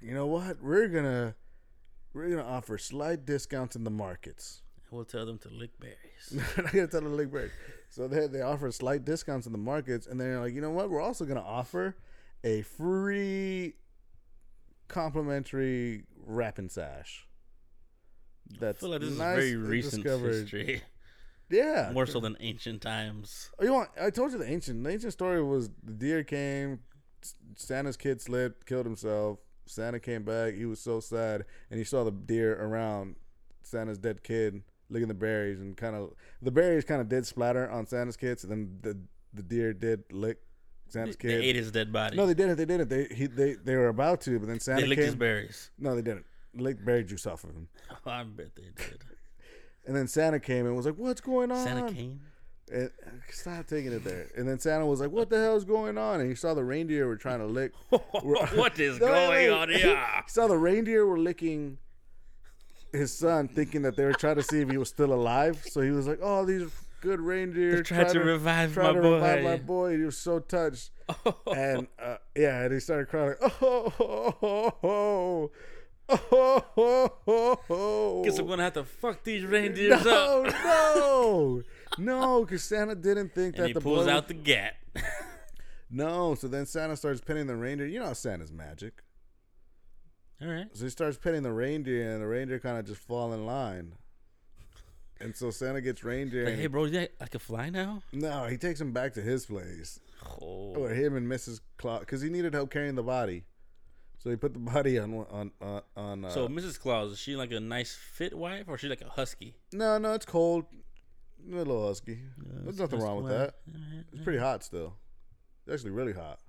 [SPEAKER 1] you know what? We're gonna we're gonna offer slight discounts in the markets.
[SPEAKER 2] I will tell them to lick berries.
[SPEAKER 1] I gotta tell the Lake Bird. So they they offer slight discounts in the markets, and they're like, you know what? We're also gonna offer a free complimentary wrapping sash. That's
[SPEAKER 2] I feel like this
[SPEAKER 1] nice
[SPEAKER 2] is very recent
[SPEAKER 1] discovered.
[SPEAKER 2] history,
[SPEAKER 1] Yeah,
[SPEAKER 2] more so than ancient times.
[SPEAKER 1] Oh, you want? I told you the ancient the ancient story was the deer came, S- Santa's kid slipped, killed himself. Santa came back. He was so sad, and he saw the deer around Santa's dead kid, licking the berries, and kind of the berries kind of did splatter on Santa's kids. And then the the deer did lick Santa's
[SPEAKER 2] They ate
[SPEAKER 1] kid.
[SPEAKER 2] his dead body.
[SPEAKER 1] No, they didn't. They didn't. They he, they they were about to, but then Santa
[SPEAKER 2] they licked
[SPEAKER 1] came.
[SPEAKER 2] his berries. Oh,
[SPEAKER 1] no, they didn't. Licked berry juice off of him,
[SPEAKER 2] I bet they did.
[SPEAKER 1] and then Santa came and was like, "What's going on?"
[SPEAKER 2] Santa came.
[SPEAKER 1] And, stop taking it there. And then Santa was like, "What the hell is going on?" And he saw the reindeer were trying to lick.
[SPEAKER 2] what is
[SPEAKER 1] No, wait,
[SPEAKER 2] going
[SPEAKER 1] wait.
[SPEAKER 2] on here?
[SPEAKER 1] He saw the reindeer were licking his son, thinking that they were trying to see if he was still alive. So he was like, "Oh, these good reindeer
[SPEAKER 2] They're trying to revive
[SPEAKER 1] trying to
[SPEAKER 2] my
[SPEAKER 1] revive
[SPEAKER 2] boy."
[SPEAKER 1] my boy." He was so touched, and uh, yeah, and he started crying. Oh, oh, oh, oh, oh, oh, oh, oh.
[SPEAKER 2] Guess I'm gonna have to fuck these reindeers
[SPEAKER 1] no,
[SPEAKER 2] up.
[SPEAKER 1] no, no, because Santa didn't think that
[SPEAKER 2] And he
[SPEAKER 1] the
[SPEAKER 2] pulls
[SPEAKER 1] boy
[SPEAKER 2] out the gat.
[SPEAKER 1] No, so then Santa starts petting the reindeer. You know how Santa's magic.
[SPEAKER 2] All right.
[SPEAKER 1] So he starts petting the reindeer, and the reindeer kind of just fall in line. And so Santa gets reindeer.
[SPEAKER 2] Like,
[SPEAKER 1] and-
[SPEAKER 2] hey, bro, yeah, I can fly now.
[SPEAKER 1] No, he takes him back to his place
[SPEAKER 2] Oh,
[SPEAKER 1] where him and Mrs. Claus, because he needed help carrying the body. So he put the body on one- on on. on uh,
[SPEAKER 2] so Mrs. Claus is she like a nice fit wife or is she like a husky?
[SPEAKER 1] no, no, it's cold. A little husky. There's nothing wrong with that. It's pretty hot still. It's actually really hot.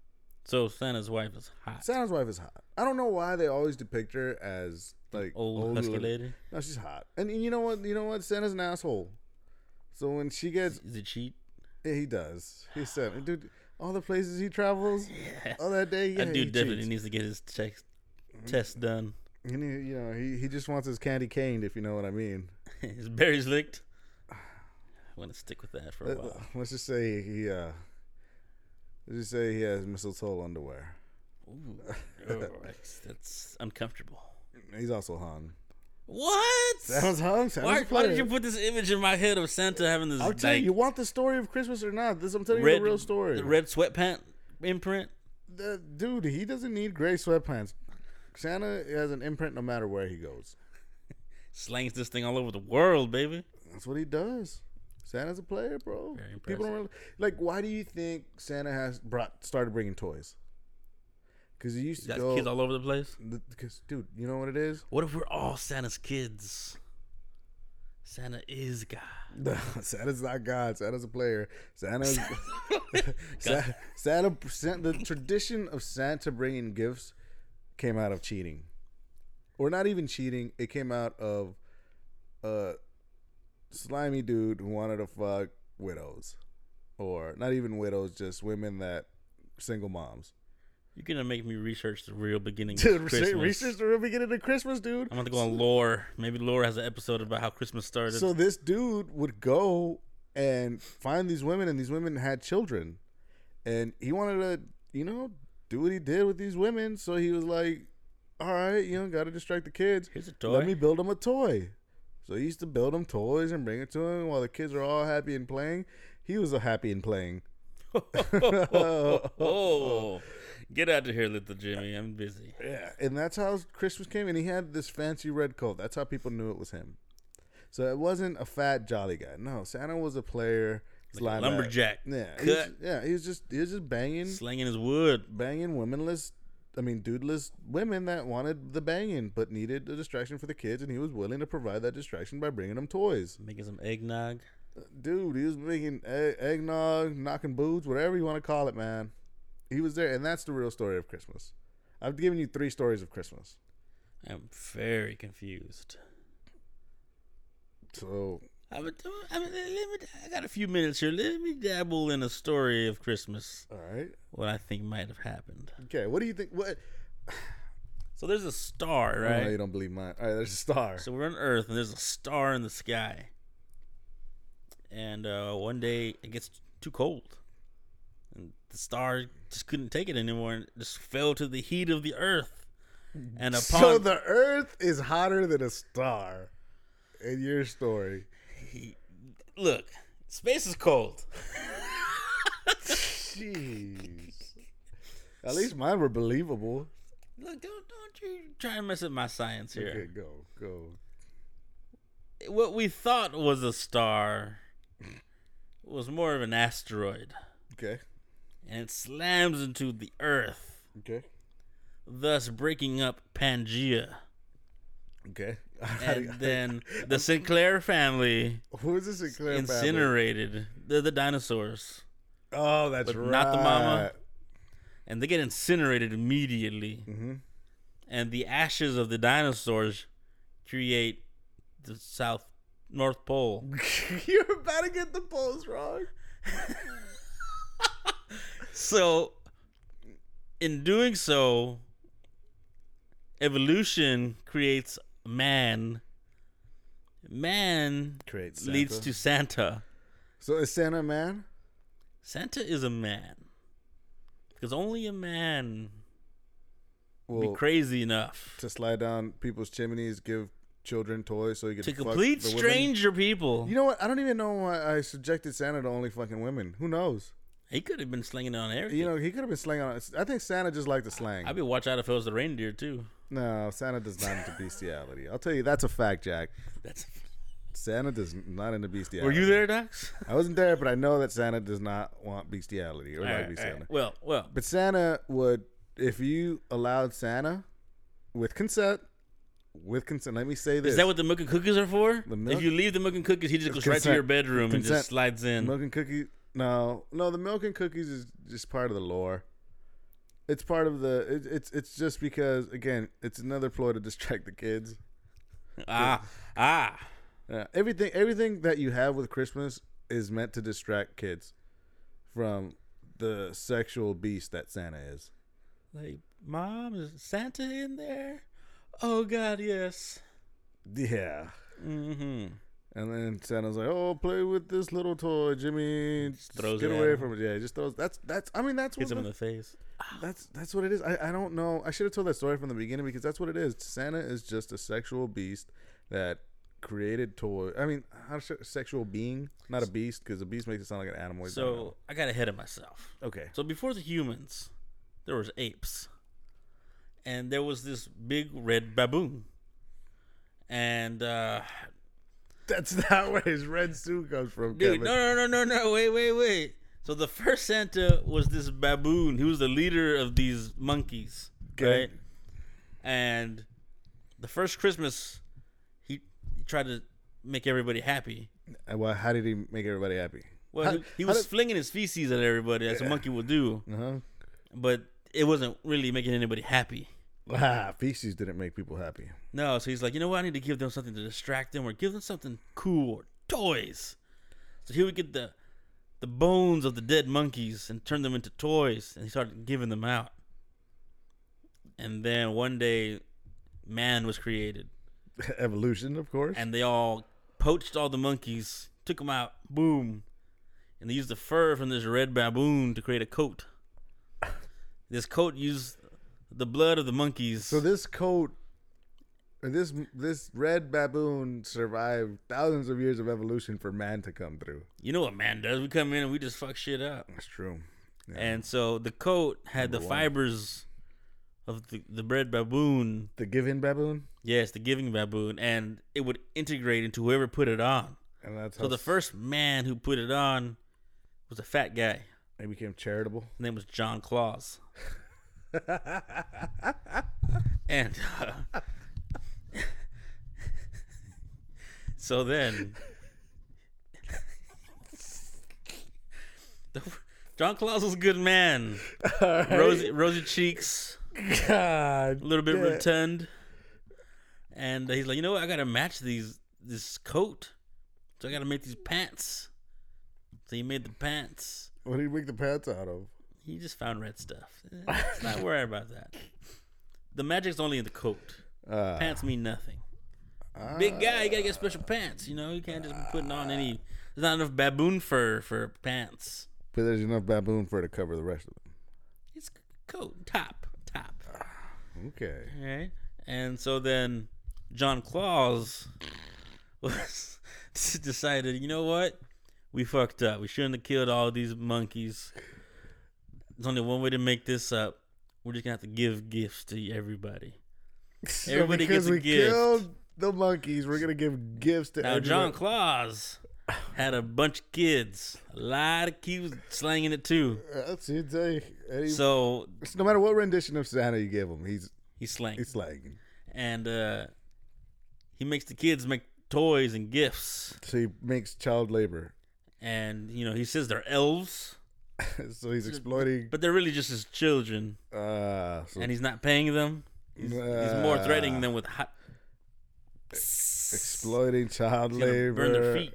[SPEAKER 2] So Santa's wife is hot.
[SPEAKER 1] Santa's wife is hot. I don't know why they always depict her as like
[SPEAKER 2] Old, husky
[SPEAKER 1] lady.
[SPEAKER 2] lady.
[SPEAKER 1] No, she's hot. And you know what? You know what? Santa's an asshole. So when she gets,
[SPEAKER 2] Is it cheat?
[SPEAKER 1] yeah, he does. He's Santa, dude. All the places he travels, all that day, yeah,
[SPEAKER 2] that
[SPEAKER 1] he
[SPEAKER 2] dude definitely
[SPEAKER 1] cheats. Mm.
[SPEAKER 2] needs to get his check test done.
[SPEAKER 1] And he, you know, he, he just wants his candy cane, if you know what I mean.
[SPEAKER 2] his berries licked. I'm gonna stick with that for a
[SPEAKER 1] Let,
[SPEAKER 2] while.
[SPEAKER 1] us just say he, uh, let's just say he has mistletoe underwear. uh,
[SPEAKER 2] Ooh, oh, that's, that's uncomfortable.
[SPEAKER 1] He's also hung.
[SPEAKER 2] What?
[SPEAKER 1] Santa's hung. Santa's
[SPEAKER 2] Why,
[SPEAKER 1] a
[SPEAKER 2] why
[SPEAKER 1] player.
[SPEAKER 2] did you put this image in my head of Santa having this
[SPEAKER 1] I'll tell you.
[SPEAKER 2] like,
[SPEAKER 1] You want the story of Christmas or not? This I'm telling you
[SPEAKER 2] red
[SPEAKER 1] the real story.
[SPEAKER 2] the red sweatpant imprint?
[SPEAKER 1] The- dude, he doesn't need gray sweatpants. Santa has an imprint no matter where he goes.
[SPEAKER 2] Slangs this thing all over the world, baby.
[SPEAKER 1] That's what he does. Santa's a player, bro.
[SPEAKER 2] Very
[SPEAKER 1] People don't really, like. Why do you think Santa has brought started bringing toys? Because he used
[SPEAKER 2] You
[SPEAKER 1] to
[SPEAKER 2] got
[SPEAKER 1] go.
[SPEAKER 2] kids all over the place.
[SPEAKER 1] Because dude, you know what it is.
[SPEAKER 2] What if we're all Santa's kids? Santa is God.
[SPEAKER 1] Santa's not God. Santa's a player. Santa's Sa- Santa, Santa. The tradition of Santa bringing gifts came out of cheating, or not even cheating. It came out of a slimy dude who wanted to fuck widows, or not even widows, just women that single moms.
[SPEAKER 2] You're gonna make me research the real beginning of
[SPEAKER 1] Dude,
[SPEAKER 2] Christmas.
[SPEAKER 1] research the real beginning of Christmas, dude.
[SPEAKER 2] I'm gonna go on lore. Maybe lore has an episode about how Christmas started.
[SPEAKER 1] So this dude would go and find these women, and these women had children, and he wanted to, you know, do what he did with these women. So he was like, "All right, you know, got to distract the kids.
[SPEAKER 2] Here's a
[SPEAKER 1] Let
[SPEAKER 2] toy.
[SPEAKER 1] me build them a toy." So he used to build them toys and bring it to him while the kids are all happy and playing. He was happy and playing.
[SPEAKER 2] oh, get out of here, little Jimmy. I'm busy.
[SPEAKER 1] Yeah, and that's how Christmas came. And he had this fancy red coat. That's how people knew it was him. So it wasn't a fat jolly guy. No, Santa was a player.
[SPEAKER 2] Like a
[SPEAKER 1] slime act.
[SPEAKER 2] lumberjack.
[SPEAKER 1] Yeah, he was,
[SPEAKER 2] Cut.
[SPEAKER 1] yeah, he was just he was just banging,
[SPEAKER 2] Slinging his wood.
[SPEAKER 1] banging womanless, I mean, dudeless women that wanted the banging but needed a distraction for the kids, and he was willing to provide that distraction by bringing them toys.
[SPEAKER 2] Making some eggnog.
[SPEAKER 1] Dude, he was making egg, eggnog, knocking boots, whatever you want to call it, man. He was there, and that's the real story of Christmas. I've given you three stories of Christmas.
[SPEAKER 2] I'm very confused.
[SPEAKER 1] So
[SPEAKER 2] I, would, I, mean, let me, I got a few minutes here. Let me dabble in a story of Christmas.
[SPEAKER 1] All right.
[SPEAKER 2] What I think might have happened.
[SPEAKER 1] Okay. What do you think? What?
[SPEAKER 2] So there's a star,
[SPEAKER 1] Right.
[SPEAKER 2] right?
[SPEAKER 1] you don't believe mine. All right. There's a star.
[SPEAKER 2] So we're on Earth, and there's a star in the sky. And uh, one day it gets too cold, and the star just couldn't take it anymore, and just fell to the heat of the Earth. And upon
[SPEAKER 1] So the Earth is hotter than a star. In your story,
[SPEAKER 2] look, space is cold.
[SPEAKER 1] jeez. At least mine were believable.
[SPEAKER 2] Look, don't don't you try and mess up my science here.
[SPEAKER 1] Okay, go, go.
[SPEAKER 2] What we thought was a star was more of an asteroid,
[SPEAKER 1] Okay,
[SPEAKER 2] and it slams into the Earth,
[SPEAKER 1] okay,
[SPEAKER 2] thus breaking up Pangea.
[SPEAKER 1] okay.
[SPEAKER 2] and then the Sinclair family
[SPEAKER 1] who is this Sinclair family?
[SPEAKER 2] incinerated. They're the dinosaurs,
[SPEAKER 1] Oh, that's
[SPEAKER 2] but
[SPEAKER 1] right.
[SPEAKER 2] not the mama. and they get incinerated immediately.
[SPEAKER 1] Mhm.
[SPEAKER 2] And the ashes of the dinosaurs create the South North Pole.
[SPEAKER 1] You're about to get the polls wrong.
[SPEAKER 2] So, in doing so, evolution creates man. Man
[SPEAKER 1] Creates
[SPEAKER 2] leads to Santa.
[SPEAKER 1] So is Santa a man?
[SPEAKER 2] Santa is a man. Because only a man would
[SPEAKER 1] Well,
[SPEAKER 2] be crazy enough
[SPEAKER 1] to slide down people's chimneys, give children toys, so you can
[SPEAKER 2] to
[SPEAKER 1] fuck
[SPEAKER 2] complete
[SPEAKER 1] the women.
[SPEAKER 2] stranger people.
[SPEAKER 1] You know what? I don't even know why I subjected Santa to only fucking women. Who knows?
[SPEAKER 2] he could have been slinging it on everything.
[SPEAKER 1] You know, he could have been slang on. I think Santa just liked the slang.
[SPEAKER 2] I'd be watch out if it was the reindeer too.
[SPEAKER 1] no, Santa does not into bestiality. I'll tell you, that's a fact, Jack.
[SPEAKER 2] That's.
[SPEAKER 1] Santa does not into bestiality.
[SPEAKER 2] Were you there, Docs?
[SPEAKER 1] I wasn't there, but I know that Santa does not want bestiality or
[SPEAKER 2] All
[SPEAKER 1] like
[SPEAKER 2] right, all
[SPEAKER 1] bestiality.
[SPEAKER 2] right. Well, well,
[SPEAKER 1] But Santa would, if you allowed Santa, with consent, with consent. Let me say this:
[SPEAKER 2] is that what the milk and cookies are for?
[SPEAKER 1] milk-
[SPEAKER 2] if you leave the milk and cookies, he just goes right to
[SPEAKER 1] consent.
[SPEAKER 2] your bedroom and
[SPEAKER 1] Consent.
[SPEAKER 2] just slides in.
[SPEAKER 1] milk and cookie? No, no. The milk and cookies is just part of the lore. It's part of the. It, it's it's just because again, it's another ploy to distract the kids.
[SPEAKER 2] ah, ah.
[SPEAKER 1] Yeah, everything everything that you have with Christmas is meant to distract kids from the sexual beast that Santa is.
[SPEAKER 2] Like, mom, is Santa in there? Oh God, yes.
[SPEAKER 1] Yeah.
[SPEAKER 2] Mm-hmm.
[SPEAKER 1] And then Santa's like, "Oh, play with this little toy, Jimmy. Just
[SPEAKER 2] throws
[SPEAKER 1] get
[SPEAKER 2] it at
[SPEAKER 1] away
[SPEAKER 2] him.
[SPEAKER 1] from it. Yeah, he just throws. That's that's. I mean, that's what
[SPEAKER 2] Hits him
[SPEAKER 1] the,
[SPEAKER 2] in the face.
[SPEAKER 1] that's that's what it is. I, I don't know. I should have told that story from the beginning because that's what it is. Santa is just a sexual beast that created toy. I mean, how should, sexual being, not a beast, because a beast makes it sound like an animal. He's not an
[SPEAKER 2] So I got ahead of myself.
[SPEAKER 1] animal. okay,
[SPEAKER 2] So before the humans, there was apes, and there was this big red baboon, and uh,
[SPEAKER 1] That's not where his red suit comes from, Kevin.
[SPEAKER 2] Dude, no, no, no, no, no. Wait, wait, wait. So the first Santa was this baboon. He was the leader of these monkeys,
[SPEAKER 1] Okay.
[SPEAKER 2] right? And the first Christmas, he, he tried to make everybody happy.
[SPEAKER 1] And Well, how did he make everybody happy?
[SPEAKER 2] Well,
[SPEAKER 1] How-
[SPEAKER 2] he, he
[SPEAKER 1] how
[SPEAKER 2] was
[SPEAKER 1] did-
[SPEAKER 2] flinging his feces at everybody, as a monkey will do,
[SPEAKER 1] Uh-huh.
[SPEAKER 2] but it wasn't really making anybody happy.
[SPEAKER 1] Ah, feces didn't make people happy.
[SPEAKER 2] No, so he's like, you know what? I need to give them something to distract them, or give them something cool, or toys. So here we get the the bones of the dead monkeys and turn them into toys, and he started giving them out. And then one day, man was created,
[SPEAKER 1] Evolution, of course.
[SPEAKER 2] and they all poached all the monkeys, took them out, boom, and they used the fur from this red baboon to create a coat. This coat used the blood of the monkeys.
[SPEAKER 1] so this coat, or this this red baboon survived thousands of years of evolution for man to come through.
[SPEAKER 2] you know what man does? We come in and we just fuck shit up.
[SPEAKER 1] That's true.
[SPEAKER 2] And so the coat had the
[SPEAKER 1] Number one.
[SPEAKER 2] fibers of the, the bread baboon.
[SPEAKER 1] The given baboon,
[SPEAKER 2] Yes, the giving baboon. And it would integrate into whoever put it on.
[SPEAKER 1] and that's
[SPEAKER 2] So
[SPEAKER 1] how
[SPEAKER 2] the first man who put it on was a fat guy.
[SPEAKER 1] they became charitable.
[SPEAKER 2] His name was John Claus. and uh, so then, the, John Claus was a good man. Rosy, rosy cheeks,
[SPEAKER 1] God,
[SPEAKER 2] a little bit
[SPEAKER 1] yeah.
[SPEAKER 2] rotund, and he's like, you know what? I gotta match these this coat, so I gotta make these pants. So he made the pants.
[SPEAKER 1] What do you make the pants out of?
[SPEAKER 2] He just found red stuff. Eh, Let's not worry about that. The magic's only in the coat.
[SPEAKER 1] Uh,
[SPEAKER 2] Pants mean nothing. Big guy, you gotta get special pants. You know, you can't just be putting on any. There's not enough baboon fur for pants.
[SPEAKER 1] but there's enough baboon for it to cover the rest of them.
[SPEAKER 2] It's coat, top, top.
[SPEAKER 1] Okay.
[SPEAKER 2] All right. And so then, John Claus was decided. You know what? We fucked up. We shouldn't have killed all these monkeys. There's only one way to make this up. We're just gonna have to give gifts to everybody.
[SPEAKER 1] So
[SPEAKER 2] Everybody
[SPEAKER 1] because
[SPEAKER 2] gets a
[SPEAKER 1] we
[SPEAKER 2] gift.
[SPEAKER 1] killed the monkeys, we're gonna give gifts to
[SPEAKER 2] Now John
[SPEAKER 1] everyone.
[SPEAKER 2] Claus had a bunch of kids, a lot of kids slanging it too.
[SPEAKER 1] That's it. eh? Any-
[SPEAKER 2] So
[SPEAKER 1] It's no matter what rendition of Santa you give him, he's
[SPEAKER 2] he slang,
[SPEAKER 1] he's lagging.
[SPEAKER 2] and uh, he makes the kids make toys and gifts,
[SPEAKER 1] So he makes child labor.
[SPEAKER 2] and you know he says they're elves,
[SPEAKER 1] so he's exploiting.
[SPEAKER 2] but they're really just his children,
[SPEAKER 1] Uh, so uh,
[SPEAKER 2] and he's not paying them. He's, he's more threatening them with hot
[SPEAKER 1] exploiting child
[SPEAKER 2] you know,
[SPEAKER 1] labor.
[SPEAKER 2] burn their feet.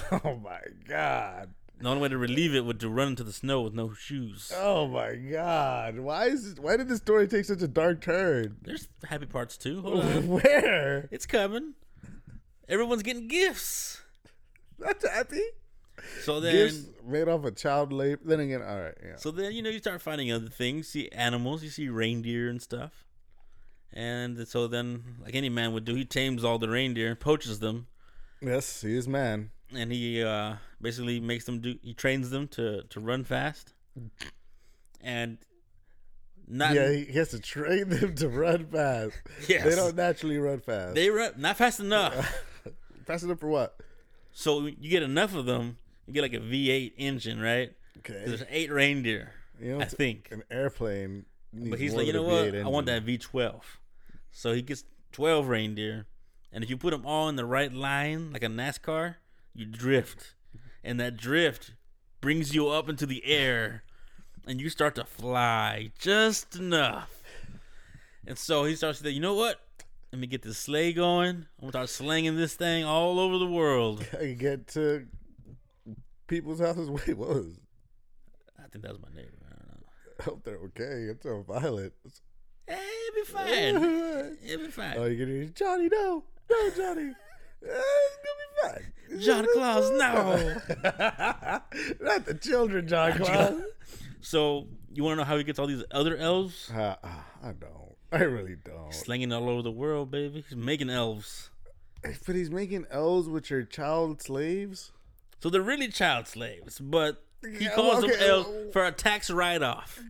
[SPEAKER 1] Oh my god.
[SPEAKER 2] The only way to relieve it would to run into the snow with no shoes.
[SPEAKER 1] Oh my god. Why is this, why did this story take such a dark turn?
[SPEAKER 2] There's happy parts too. Hold on.
[SPEAKER 1] Where?
[SPEAKER 2] It's coming. Everyone's getting gifts.
[SPEAKER 1] That's happy.
[SPEAKER 2] So then,
[SPEAKER 1] Gifts made off of child labor. Then again, all right. Yeah.
[SPEAKER 2] so then you know you start finding other things. See animals. You see reindeer and stuff. And so then, like any man would do, he tames all the reindeer, poaches them,
[SPEAKER 1] yes, he is man.
[SPEAKER 2] and he uh, basically makes them do. He trains them to to run fast. And not
[SPEAKER 1] Yeah, he has to train them to run fast.
[SPEAKER 2] Yes.
[SPEAKER 1] They don't naturally run fast.
[SPEAKER 2] they run not fast enough.
[SPEAKER 1] fast enough for what?
[SPEAKER 2] so you get enough of them, you get like a V eight engine, right?
[SPEAKER 1] Okay.
[SPEAKER 2] There's eight reindeer,
[SPEAKER 1] You know,
[SPEAKER 2] I
[SPEAKER 1] it's
[SPEAKER 2] think.
[SPEAKER 1] An airplane.
[SPEAKER 2] But he's like, you know what? I want that V12. So he gets 12 reindeer, and if you put them all in the right line, like a NASCAR, you drift, and that drift brings you up into the air, and you start to fly just enough. And so he starts to, think, you know what? Let me get this sleigh going. I'm gonna start slinging this thing all over the world.
[SPEAKER 1] I can get to people's houses. Wait, what was?
[SPEAKER 2] I think that was my neighbor. I don't know.
[SPEAKER 1] I hope they're okay. It's so violent.
[SPEAKER 2] Eh, it'd be fine.
[SPEAKER 1] oh,
[SPEAKER 2] It'd be fine.
[SPEAKER 1] you're gonna hear, Johnny? No, no, Johnny. Eh, It's gonna be fine. It's
[SPEAKER 2] John Claus,
[SPEAKER 1] gonna be
[SPEAKER 2] no.
[SPEAKER 1] fine. Not the children, John Claus.
[SPEAKER 2] So you want to know how he gets all these other elves?
[SPEAKER 1] Uh, uh, I don't. I really don't.
[SPEAKER 2] Slinging all over the world, baby. He's making elves.
[SPEAKER 1] But he's making L's with your child slaves.
[SPEAKER 2] So they're really child slaves, but he
[SPEAKER 1] Yeah,
[SPEAKER 2] calls them
[SPEAKER 1] okay, well-
[SPEAKER 2] elves for a tax write-off.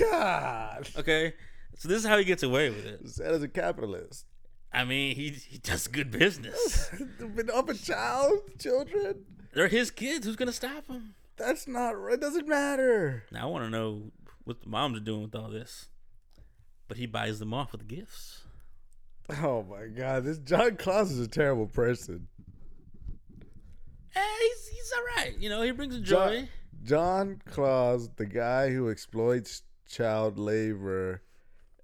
[SPEAKER 1] God,
[SPEAKER 2] Okay, so this is how he gets away with it.
[SPEAKER 1] Santa's a capitalist.
[SPEAKER 2] I mean, he he does good business.
[SPEAKER 1] But up a child, children.
[SPEAKER 2] They're his kids. Who's gonna stop him?
[SPEAKER 1] That's not. right. It doesn't matter.
[SPEAKER 2] Now I want to know what the moms are doing with all this. But he buys them off with gifts.
[SPEAKER 1] Oh my god, this John Claus is a terrible person.
[SPEAKER 2] Eh, he's he's all right. You know, he brings joy.
[SPEAKER 1] John, John Claus, the guy who exploits child labor,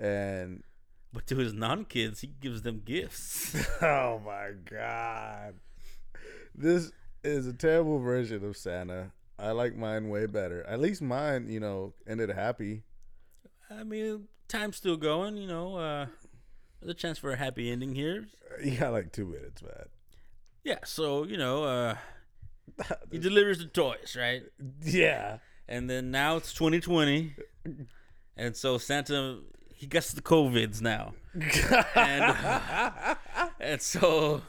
[SPEAKER 1] and
[SPEAKER 2] But to his non kids, he gives them gifts.
[SPEAKER 1] oh my god, this is a terrible version of Santa. I like mine way better. At least mine, you know, ended happy.
[SPEAKER 2] I mean, time's still going. You know, uh, there's a chance for a happy ending here.
[SPEAKER 1] You got like two minutes, man.
[SPEAKER 2] Yeah. So you know, uh,
[SPEAKER 1] Uh,
[SPEAKER 2] he delivers the toys, right?
[SPEAKER 1] Yeah.
[SPEAKER 2] And then now it's 2020, and so Santa he gets the covids now, and and so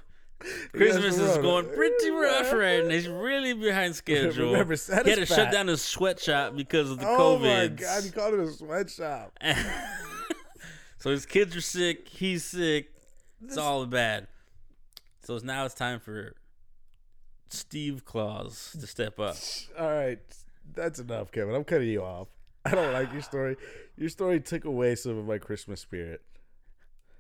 [SPEAKER 2] Christmas is
[SPEAKER 1] Corona.
[SPEAKER 2] going pretty rough right, and he's really behind schedule.
[SPEAKER 1] Remember, Santa's
[SPEAKER 2] he had to shut
[SPEAKER 1] fat.
[SPEAKER 2] down his sweatshop because of the
[SPEAKER 1] Oh my
[SPEAKER 2] covids.
[SPEAKER 1] god, you called it a sweatshop.
[SPEAKER 2] so his kids are sick. He's sick. It's all bad. So it's now it's time for Steve Claus to step up.
[SPEAKER 1] All right, that's enough, Kevin. I'm cutting you off. I don't like your story. Your story took away some of my Christmas spirit.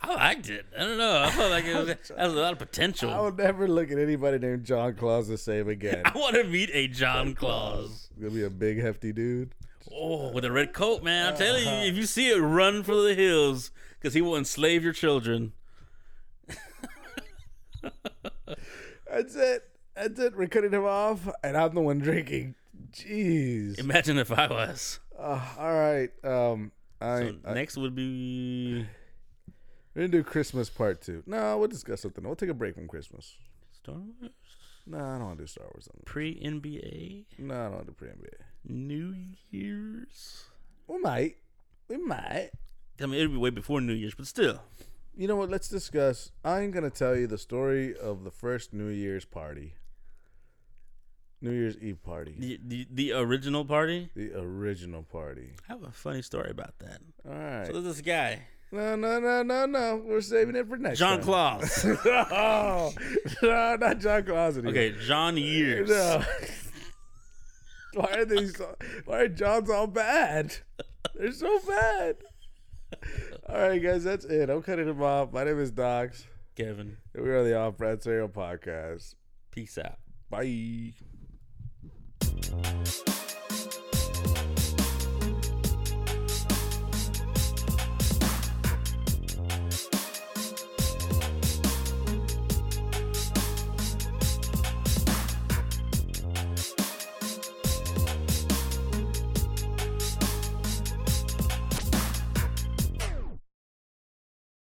[SPEAKER 2] I liked it. I don't know. I felt like it was, that was a lot of potential.
[SPEAKER 1] I will never look at anybody named John Claus the same again.
[SPEAKER 2] I want to meet a John Claus.
[SPEAKER 1] He's gonna be a big hefty dude.
[SPEAKER 2] Oh, with a red coat, man. I'm telling
[SPEAKER 1] Uh-huh.
[SPEAKER 2] you, if you see it, run for the hills because he will enslave your children.
[SPEAKER 1] That's it. That's it. We're cutting him off, and I'm the one drinking. Jeez.
[SPEAKER 2] Imagine if I was.
[SPEAKER 1] Uh, all right. Um, I,
[SPEAKER 2] So
[SPEAKER 1] I-
[SPEAKER 2] next would be.
[SPEAKER 1] we're gonna do Christmas part two. No, we'll discuss something. We'll take a break from Christmas.
[SPEAKER 2] Star Wars?
[SPEAKER 1] No, I don't want to do Star Wars. on-
[SPEAKER 2] Pre NBA?
[SPEAKER 1] No, I don't want to do pre NBA.
[SPEAKER 2] New Year's?
[SPEAKER 1] We might. We might.
[SPEAKER 2] I mean, it'll be way before New Year's, but still.
[SPEAKER 1] You know what? Let's discuss. I'm going to tell you the story of the first New Year's party. New Year's Eve party.
[SPEAKER 2] The, the, the original party?
[SPEAKER 1] The original party.
[SPEAKER 2] I have a funny story about that.
[SPEAKER 1] All right.
[SPEAKER 2] So there's this guy,
[SPEAKER 1] No, no, no, no, no. We're saving it for next
[SPEAKER 2] John
[SPEAKER 1] time.
[SPEAKER 2] Claus.
[SPEAKER 1] oh, no, not John Claus anymore.
[SPEAKER 2] Okay, John Years.
[SPEAKER 1] No. why are they so, why are John's all bad? They're so bad. All right, guys, that's it. I'm cutting them off. My name is Docs.
[SPEAKER 2] Kevin,
[SPEAKER 1] and We are the Off Brand Serial Podcast.
[SPEAKER 2] peace out.
[SPEAKER 1] Bye.